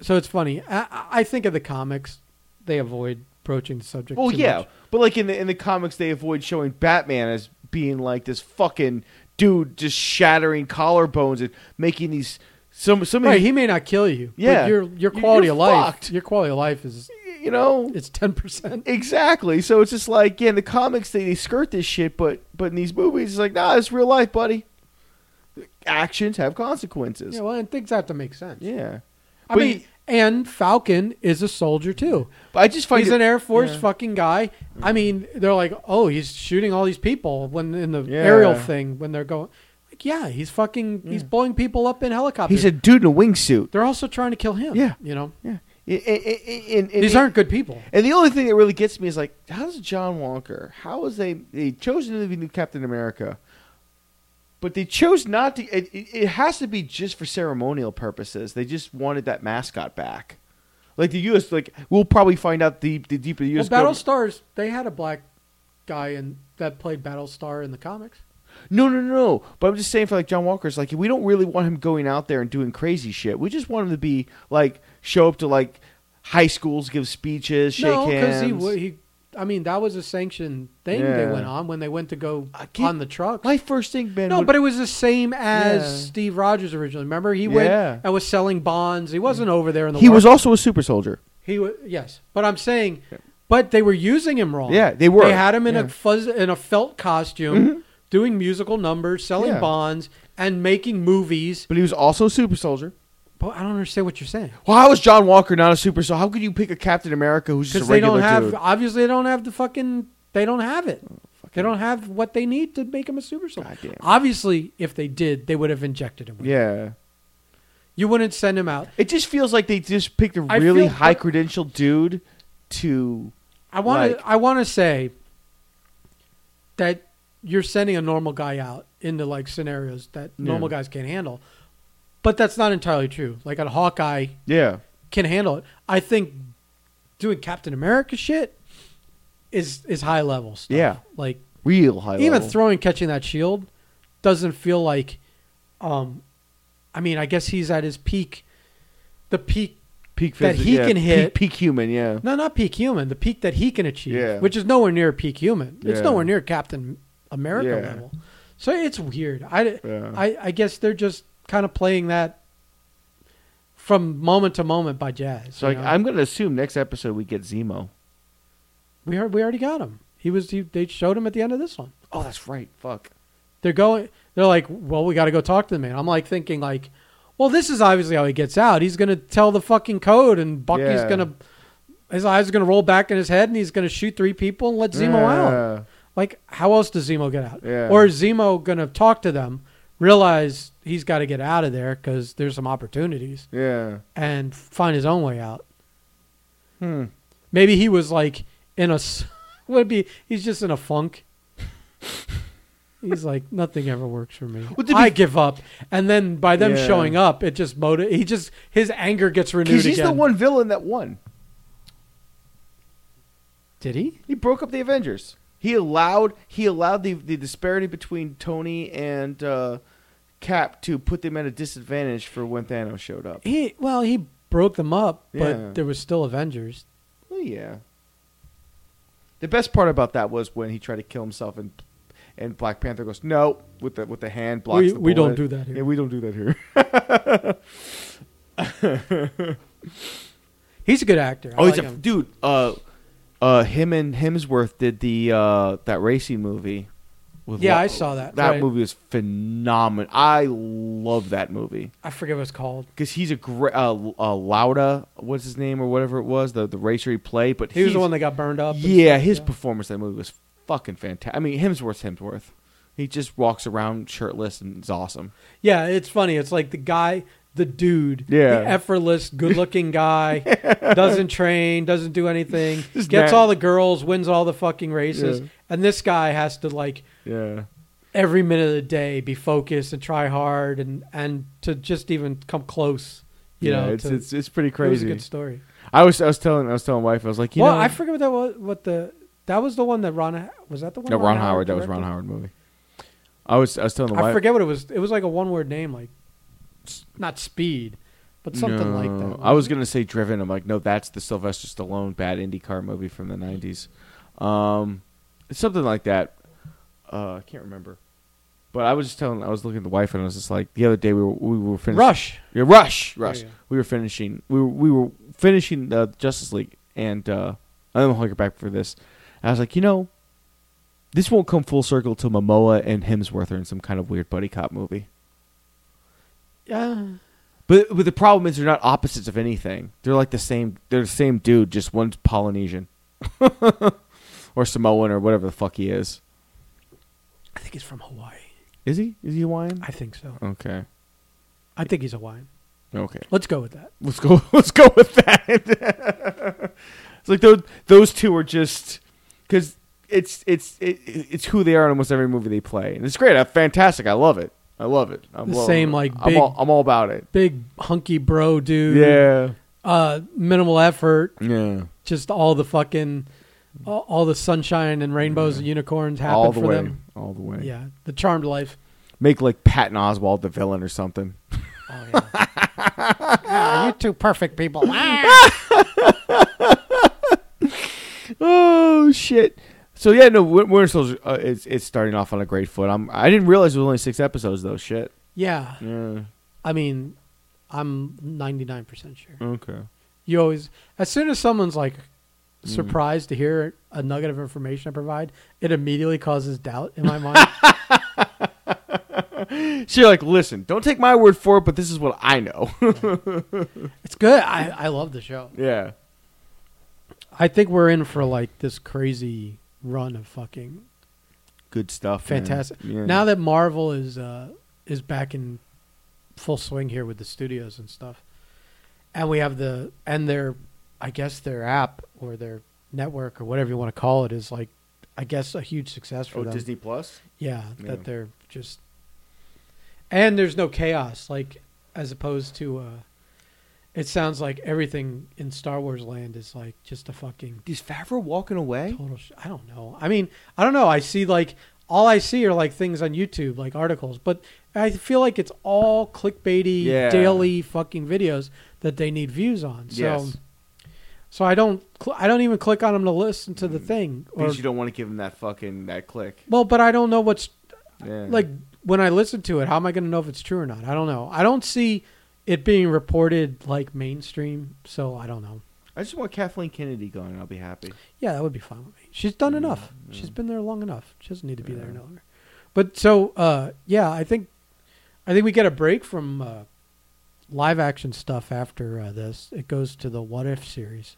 [SPEAKER 1] so it's funny. I- I, I think of the comics, they avoid broaching the subject.
[SPEAKER 2] Well,
[SPEAKER 1] too
[SPEAKER 2] yeah,
[SPEAKER 1] much.
[SPEAKER 2] but like in the in the comics, they avoid showing Batman as being like this fucking dude just shattering collarbones and making these some some of
[SPEAKER 1] Right.
[SPEAKER 2] these-
[SPEAKER 1] He may not kill you. but
[SPEAKER 2] Yeah.
[SPEAKER 1] your your
[SPEAKER 2] You're
[SPEAKER 1] quality of life.
[SPEAKER 2] fucked.
[SPEAKER 1] Your quality of life is
[SPEAKER 2] you know
[SPEAKER 1] it's ten percent.
[SPEAKER 2] exactly. So it's just like yeah, in the comics they, they skirt this shit, but but in these movies it's like nah, it's real life, buddy. Actions have consequences.
[SPEAKER 1] Yeah. Well, and things have to make sense.
[SPEAKER 2] Yeah.
[SPEAKER 1] I
[SPEAKER 2] But
[SPEAKER 1] mean,
[SPEAKER 2] you-
[SPEAKER 1] and Falcon is a soldier too.
[SPEAKER 2] but I just find
[SPEAKER 1] He's
[SPEAKER 2] it,
[SPEAKER 1] an Air Force
[SPEAKER 2] Yeah.
[SPEAKER 1] fucking guy. I mean, they're like, oh, he's shooting all these people when in the
[SPEAKER 2] Yeah.
[SPEAKER 1] aerial thing when they're going. Like, yeah, he's fucking, he's blowing people up in helicopters.
[SPEAKER 2] He's a dude in a wingsuit.
[SPEAKER 1] they're also trying to kill him.
[SPEAKER 2] Yeah.
[SPEAKER 1] you know,
[SPEAKER 2] Yeah. And, and,
[SPEAKER 1] these aren't good people.
[SPEAKER 2] And the only thing that really gets me is like, how's John Walker? How is they they chose to be new Captain America, but they chose not to. It, it, it has to be just for ceremonial purposes. They just wanted that mascot back. Like the U.S. Like we'll probably find out the the deeper the
[SPEAKER 1] Well,
[SPEAKER 2] U.S. government-
[SPEAKER 1] Battlestars, they had a black guy in that played Battlestar in the comics.
[SPEAKER 2] No, no, no, no. But I'm just saying for like John Walker's like we don't really want him going out there and doing crazy shit. We just want him to be like show up to like high schools, give speeches, shake
[SPEAKER 1] no,
[SPEAKER 2] hands.
[SPEAKER 1] he wa- he. I mean, that was a sanctioned thing they
[SPEAKER 2] Yeah.
[SPEAKER 1] went on when they went to go
[SPEAKER 2] I can't-
[SPEAKER 1] on the truck.
[SPEAKER 2] My first thing, Ben.
[SPEAKER 1] No,
[SPEAKER 2] would-
[SPEAKER 1] but it was the same as
[SPEAKER 2] Yeah.
[SPEAKER 1] Steve Rogers originally. Remember, he
[SPEAKER 2] Yeah.
[SPEAKER 1] went and was selling bonds. He wasn't over there in the
[SPEAKER 2] he was
[SPEAKER 1] war.
[SPEAKER 2] also a super soldier.
[SPEAKER 1] He was yes, but I'm saying, but they were using him wrong.
[SPEAKER 2] Yeah, they were.
[SPEAKER 1] They had him in a
[SPEAKER 2] Yeah. Mm-hmm.
[SPEAKER 1] fuzz in a felt costume, doing musical numbers, selling
[SPEAKER 2] Yeah.
[SPEAKER 1] bonds, and making movies.
[SPEAKER 2] But he was also a super soldier.
[SPEAKER 1] But I don't understand what you're saying
[SPEAKER 2] Well, how is John Walker not a super? So how could you pick a Captain America who's just
[SPEAKER 1] because
[SPEAKER 2] a
[SPEAKER 1] they
[SPEAKER 2] regular
[SPEAKER 1] don't have.
[SPEAKER 2] dude? Oh,
[SPEAKER 1] Obviously, they don't have the fucking. They don't have it. They don't have what they need to make him a super soldier.
[SPEAKER 2] Goddamn.
[SPEAKER 1] Obviously, if they did, they would have injected him. with it.
[SPEAKER 2] Yeah,
[SPEAKER 1] You wouldn't send him out.
[SPEAKER 2] it just feels like they just picked a
[SPEAKER 1] I
[SPEAKER 2] really
[SPEAKER 1] feel-
[SPEAKER 2] high credentialed dude to.
[SPEAKER 1] I want
[SPEAKER 2] Like-
[SPEAKER 1] to. I want to say that you're sending a normal guy out into like scenarios that normal
[SPEAKER 2] Yeah.
[SPEAKER 1] guys can't handle, but that's not entirely true. Like a Hawkeye
[SPEAKER 2] Yeah,
[SPEAKER 1] can handle it. I think doing Captain America shit is is high level stuff.
[SPEAKER 2] Yeah.
[SPEAKER 1] like
[SPEAKER 2] real high.
[SPEAKER 1] even
[SPEAKER 2] level.
[SPEAKER 1] throwing catching that shield doesn't feel like. Um, I mean, I guess he's at his peak. The peak
[SPEAKER 2] peak
[SPEAKER 1] that
[SPEAKER 2] physi-
[SPEAKER 1] he
[SPEAKER 2] yeah,
[SPEAKER 1] can
[SPEAKER 2] peak-
[SPEAKER 1] hit-
[SPEAKER 2] peak human. Yeah,
[SPEAKER 1] No, not peak human. The peak that he can achieve,
[SPEAKER 2] Yeah.
[SPEAKER 1] which is nowhere near peak human. It's
[SPEAKER 2] Yeah.
[SPEAKER 1] nowhere near Captain America
[SPEAKER 2] Yeah.
[SPEAKER 1] level. So it's weird. I,
[SPEAKER 2] Yeah.
[SPEAKER 1] I, I guess they're just kind of playing that from moment to moment by jazz.
[SPEAKER 2] So
[SPEAKER 1] you
[SPEAKER 2] like,
[SPEAKER 1] know?
[SPEAKER 2] I'm gonna assume next episode we get Zemo.
[SPEAKER 1] we are, we already got him. He was he, they showed him at the end of this one.
[SPEAKER 2] Oh, that's right. Fuck.
[SPEAKER 1] They're going. They're like, well, we got to go talk to the man. I'm like thinking like, well, this is obviously how he gets out. He's gonna tell the fucking code, and Bucky's
[SPEAKER 2] Yeah.
[SPEAKER 1] gonna his eyes are gonna roll back in his head, and he's gonna shoot three people and let Zemo out. Like, how else does Zemo get out?
[SPEAKER 2] Yeah.
[SPEAKER 1] Or is Zemo going to talk to them, realize he's got to get out of there because there's some opportunities,
[SPEAKER 2] Yeah.
[SPEAKER 1] and find his own way out?
[SPEAKER 2] Hmm.
[SPEAKER 1] Maybe he was like in a s- [laughs] would it be he's just in a funk. [laughs] he's like nothing ever works for me.
[SPEAKER 2] Well, to be-
[SPEAKER 1] I give up, and then by them
[SPEAKER 2] Yeah.
[SPEAKER 1] showing up, it just motiv- He just his anger gets renewed
[SPEAKER 2] Because he's
[SPEAKER 1] again.
[SPEAKER 2] the one villain that won.
[SPEAKER 1] Did he?
[SPEAKER 2] He broke up the Avengers. He allowed he allowed the the disparity between Tony and uh, Cap to put them at a disadvantage for when Thanos showed up.
[SPEAKER 1] He well he broke them up, but
[SPEAKER 2] Yeah.
[SPEAKER 1] there was still Avengers.
[SPEAKER 2] Well, yeah. The best part about that was when he tried to kill himself and and Black Panther goes no with the with the hand blocks.
[SPEAKER 1] We-
[SPEAKER 2] the
[SPEAKER 1] we don't do
[SPEAKER 2] bullet.
[SPEAKER 1] that here.
[SPEAKER 2] Yeah, we don't do that here. [laughs]
[SPEAKER 1] He's a good actor. I
[SPEAKER 2] Oh, he's
[SPEAKER 1] like
[SPEAKER 2] a
[SPEAKER 1] him.
[SPEAKER 2] dude. Uh, uh, him and Hemsworth did the uh that racing movie. With
[SPEAKER 1] Yeah,
[SPEAKER 2] Lo-
[SPEAKER 1] I saw that,
[SPEAKER 2] That
[SPEAKER 1] right.
[SPEAKER 2] movie was phenomenal. I love that movie
[SPEAKER 1] I forget what it's called.
[SPEAKER 2] because he's a great uh, uh, Lauda. What's his name or whatever it was the the racer he played. But
[SPEAKER 1] He was the
[SPEAKER 2] he's-
[SPEAKER 1] one that got burned up. and
[SPEAKER 2] Yeah,
[SPEAKER 1] stuff,
[SPEAKER 2] his performance in that movie was fucking fantastic. I mean, Hemsworth's Hemsworth. He just walks around shirtless and it's awesome.
[SPEAKER 1] yeah, it's funny. It's like the guy, the dude,
[SPEAKER 2] Yeah.
[SPEAKER 1] the
[SPEAKER 2] [laughs]
[SPEAKER 1] effortless, good-looking guy, doesn't train, doesn't do anything,
[SPEAKER 2] [laughs] Just
[SPEAKER 1] gets
[SPEAKER 2] nat-
[SPEAKER 1] all the girls, wins all the fucking races,
[SPEAKER 2] Yeah.
[SPEAKER 1] and this guy has to like
[SPEAKER 2] Yeah.
[SPEAKER 1] every minute of the day be focused and try hard and and to just even come close. You know,
[SPEAKER 2] it's,
[SPEAKER 1] to-
[SPEAKER 2] it's it's pretty
[SPEAKER 1] it was a
[SPEAKER 2] crazy.
[SPEAKER 1] good story.
[SPEAKER 2] I was I was telling I was telling wife I was like you
[SPEAKER 1] well,
[SPEAKER 2] know
[SPEAKER 1] I forget what that was. What the that was the one that Ron was that the one?
[SPEAKER 2] No, Ron Howard. That was
[SPEAKER 1] directed?
[SPEAKER 2] Ron Howard movie. I was I was telling the
[SPEAKER 1] I
[SPEAKER 2] wife.
[SPEAKER 1] forget what it was. It was like a one-word name, like s- not speed, but something like
[SPEAKER 2] No,
[SPEAKER 1] that.
[SPEAKER 2] I was gonna say Driven. I'm like, no, that's the Sylvester Stallone bad IndyCar movie from the '90s. Um, it's something like that. Uh, I can't remember. But I was just telling. I was looking at the wife, and I was just like, the other day we were we were finishing
[SPEAKER 1] Rush.
[SPEAKER 2] Yeah, Rush, Rush.
[SPEAKER 1] yeah.
[SPEAKER 2] We were finishing. We were, we were finishing the Justice League, and uh, I'm hunkered back for this. And I was like, you know, this won't come full circle till Momoa and Hemsworth are in some kind of weird buddy cop movie.
[SPEAKER 1] Yeah.
[SPEAKER 2] But but the problem is they're not opposites of anything. They're like the same. They're the same dude. Just one's Polynesian, [laughs] or Samoan, or whatever the fuck he is.
[SPEAKER 1] I think he's from Hawaii.
[SPEAKER 2] Is he? Is he Hawaiian?
[SPEAKER 1] I think so.
[SPEAKER 2] Okay.
[SPEAKER 1] I think he's Hawaiian.
[SPEAKER 2] Okay.
[SPEAKER 1] Let's go with that.
[SPEAKER 2] Let's go. [laughs] Let's go with that. [laughs] it's like those those two are just because it's it's it, it's who they are in almost every movie they play, and it's great. i fantastic. I love it. I love it. I'm
[SPEAKER 1] The
[SPEAKER 2] all-
[SPEAKER 1] same, like,
[SPEAKER 2] I'm all,
[SPEAKER 1] big-
[SPEAKER 2] I'm all about it.
[SPEAKER 1] Big hunky bro dude.
[SPEAKER 2] Yeah.
[SPEAKER 1] Uh, minimal effort.
[SPEAKER 2] Yeah.
[SPEAKER 1] Just all the fucking, all, all the sunshine and rainbows and unicorns happen
[SPEAKER 2] All the
[SPEAKER 1] for
[SPEAKER 2] way.
[SPEAKER 1] them.
[SPEAKER 2] All the way.
[SPEAKER 1] Yeah, the charmed life.
[SPEAKER 2] Make like Patton Oswald the villain or something.
[SPEAKER 1] Oh, yeah.
[SPEAKER 2] [laughs]
[SPEAKER 1] Ah, you two perfect [laughs] people. Ah.
[SPEAKER 2] Oh shit! So yeah, no, Win- Winter Soldier uh, it's it's starting off on a great foot. I'm I didn't realize it was only six episodes though. Shit.
[SPEAKER 1] yeah,
[SPEAKER 2] Yeah.
[SPEAKER 1] I mean, I'm 99% sure.
[SPEAKER 2] Okay.
[SPEAKER 1] you always as soon as someone's like surprised to hear a nugget of information I provide, it immediately causes doubt in my mind.
[SPEAKER 2] So you're like, listen, don't take my word for it, but this is what I know. [laughs]
[SPEAKER 1] It's good. I, I love the show.
[SPEAKER 2] yeah.
[SPEAKER 1] I think we're in for like this crazy run of fucking
[SPEAKER 2] Good stuff. man.
[SPEAKER 1] fantastic.
[SPEAKER 2] Yeah.
[SPEAKER 1] Now that Marvel is uh, is back in full swing here with the studios and stuff, and we have the and their I guess their app or their network or whatever you want to call it is like I guess a huge success for
[SPEAKER 2] oh,
[SPEAKER 1] them.
[SPEAKER 2] Disney Plus?
[SPEAKER 1] Yeah,
[SPEAKER 2] Yeah.
[SPEAKER 1] that they're just and there's no chaos like as opposed to uh it sounds like everything in Star Wars land is like just a fucking
[SPEAKER 2] Is Favreau walking away?
[SPEAKER 1] total sh- I don't know. I mean, I don't know. I see like all I see are like things on YouTube, like articles, but I feel like it's all clickbaity
[SPEAKER 2] Yeah.
[SPEAKER 1] daily fucking videos that they need views on. So
[SPEAKER 2] Yes.
[SPEAKER 1] so I don't cl- I don't even click on them to listen to the thing or
[SPEAKER 2] Mm. Because you don't want to give him that fucking, that click.
[SPEAKER 1] well, but I don't know what's
[SPEAKER 2] Yeah.
[SPEAKER 1] like when I listen to it, how am I going to know if it's true or not? I don't know. I don't see it being reported like mainstream, so I don't know.
[SPEAKER 2] I just want Kathleen Kennedy gone and I'll be happy.
[SPEAKER 1] Yeah, that would be fine with me. She's done
[SPEAKER 2] Yeah,
[SPEAKER 1] enough.
[SPEAKER 2] yeah.
[SPEAKER 1] She's been there long enough. She doesn't need to be there
[SPEAKER 2] Yeah.
[SPEAKER 1] any longer. But so uh, yeah, I think I think we get a break from uh, live action stuff after uh, this. It goes to the What If series,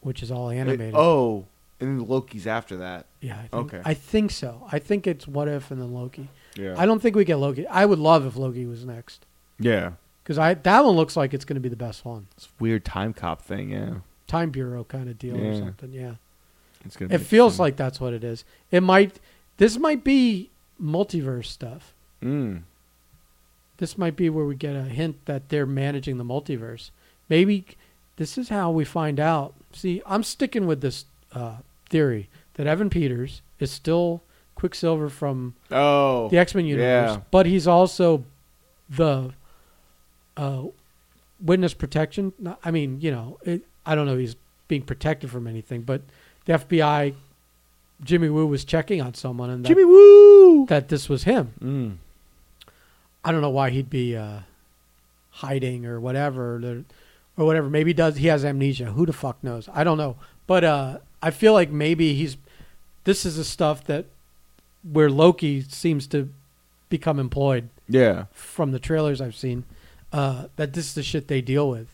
[SPEAKER 1] which is all animated.
[SPEAKER 2] It- oh, and then Loki's after that.
[SPEAKER 1] yeah. I think,
[SPEAKER 2] okay.
[SPEAKER 1] I think so. I think it's What If and then Loki.
[SPEAKER 2] Yeah.
[SPEAKER 1] I don't think we get Loki. I would love if Loki was next.
[SPEAKER 2] yeah.
[SPEAKER 1] because I that one looks like it's going to be the best one.
[SPEAKER 2] It's a weird time cop thing, yeah.
[SPEAKER 1] Time Bureau kind of deal or
[SPEAKER 2] Yeah.
[SPEAKER 1] something. Yeah,
[SPEAKER 2] It's gonna
[SPEAKER 1] it
[SPEAKER 2] be
[SPEAKER 1] feels
[SPEAKER 2] interesting.
[SPEAKER 1] like that's what it is. It might. This might be multiverse stuff.
[SPEAKER 2] Mm.
[SPEAKER 1] This might be where we get a hint that they're managing the multiverse. Maybe this is how we find out. See, I'm sticking with this uh, theory that Evan Peters is still Quicksilver from
[SPEAKER 2] Oh.
[SPEAKER 1] the X Men universe,
[SPEAKER 2] yeah.
[SPEAKER 1] but he's also the uh, witness protection. no- I mean, you know, it, I don't know. If he's being protected from anything, but the FBI, Jimmy Woo was checking on someone, and that,
[SPEAKER 2] Jimmy Woo!
[SPEAKER 1] that this was him.
[SPEAKER 2] Mm.
[SPEAKER 1] I don't know why he'd be uh, hiding or whatever, or, or whatever. Maybe he does he has amnesia? Who the fuck knows? I don't know. But uh, I feel like maybe he's. This is the stuff that where Loki seems to become employed
[SPEAKER 2] Yeah.
[SPEAKER 1] from the trailers I've seen, uh, that this is the shit they deal with,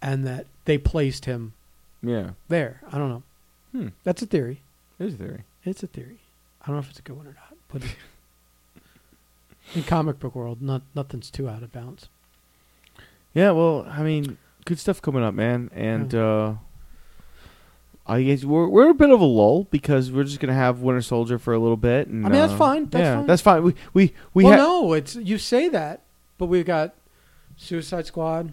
[SPEAKER 1] and that they placed him
[SPEAKER 2] Yeah.
[SPEAKER 1] there. I don't know.
[SPEAKER 2] Hmm.
[SPEAKER 1] That's a theory.
[SPEAKER 2] There's a theory.
[SPEAKER 1] It's a theory. I don't know if it's a good one or not,
[SPEAKER 2] [laughs]
[SPEAKER 1] but in comic book world, not nothing's too out of bounds.
[SPEAKER 2] Yeah, well, I mean, good stuff coming up, man. And
[SPEAKER 1] Yeah.
[SPEAKER 2] uh I guess we're we're in a bit of a lull because we're just gonna have Winter Soldier for a little bit. And,
[SPEAKER 1] I mean, that's
[SPEAKER 2] uh,
[SPEAKER 1] fine, that's
[SPEAKER 2] yeah,
[SPEAKER 1] fine.
[SPEAKER 2] that's fine. We we we
[SPEAKER 1] well,
[SPEAKER 2] ha-
[SPEAKER 1] no, it's you say that, but we've got Suicide Squad,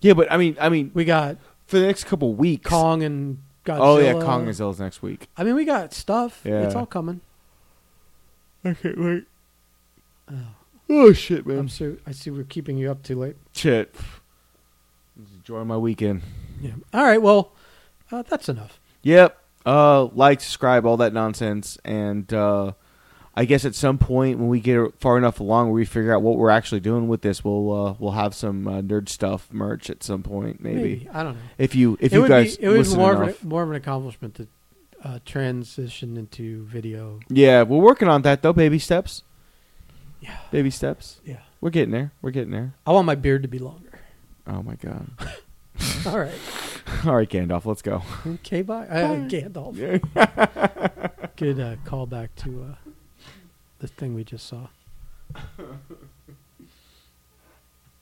[SPEAKER 2] yeah, but I mean, I mean,
[SPEAKER 1] we got
[SPEAKER 2] for the next couple weeks.
[SPEAKER 1] Kong and Godzilla.
[SPEAKER 2] oh yeah, Kong is next week.
[SPEAKER 1] I mean, we got stuff.
[SPEAKER 2] Yeah.
[SPEAKER 1] It's all coming.
[SPEAKER 2] Okay, wait.
[SPEAKER 1] Oh,
[SPEAKER 2] Oh shit, man.
[SPEAKER 1] I'm so, I see we're keeping you up too late.
[SPEAKER 2] shit. Just enjoying my weekend.
[SPEAKER 1] Yeah. All right. Well, uh, that's enough.
[SPEAKER 2] Yep. Uh, like, subscribe, all that nonsense, and uh, I guess at some point when we get far enough along, where we figure out what we're actually doing with this, we'll uh, we'll have some uh, nerd stuff merch at some point, maybe.
[SPEAKER 1] I don't know.
[SPEAKER 2] If you if
[SPEAKER 1] it
[SPEAKER 2] you
[SPEAKER 1] would
[SPEAKER 2] guys
[SPEAKER 1] be, it was
[SPEAKER 2] listen
[SPEAKER 1] more
[SPEAKER 2] enough.
[SPEAKER 1] of, a, more of an accomplishment to uh, transition into video.
[SPEAKER 2] yeah, we're working on that though. Baby steps,
[SPEAKER 1] Yeah.
[SPEAKER 2] baby steps.
[SPEAKER 1] Yeah.
[SPEAKER 2] We're getting there. We're getting there.
[SPEAKER 1] I want my beard to be longer. [laughs]
[SPEAKER 2] Oh my god! [laughs]
[SPEAKER 1] All right.
[SPEAKER 2] all right, Gandalf,
[SPEAKER 1] [laughs]
[SPEAKER 2] let's go.
[SPEAKER 1] Okay. Bye. Uh, Gandalf.
[SPEAKER 2] Yeah.
[SPEAKER 1] Good uh, call back to uh, the thing we just saw.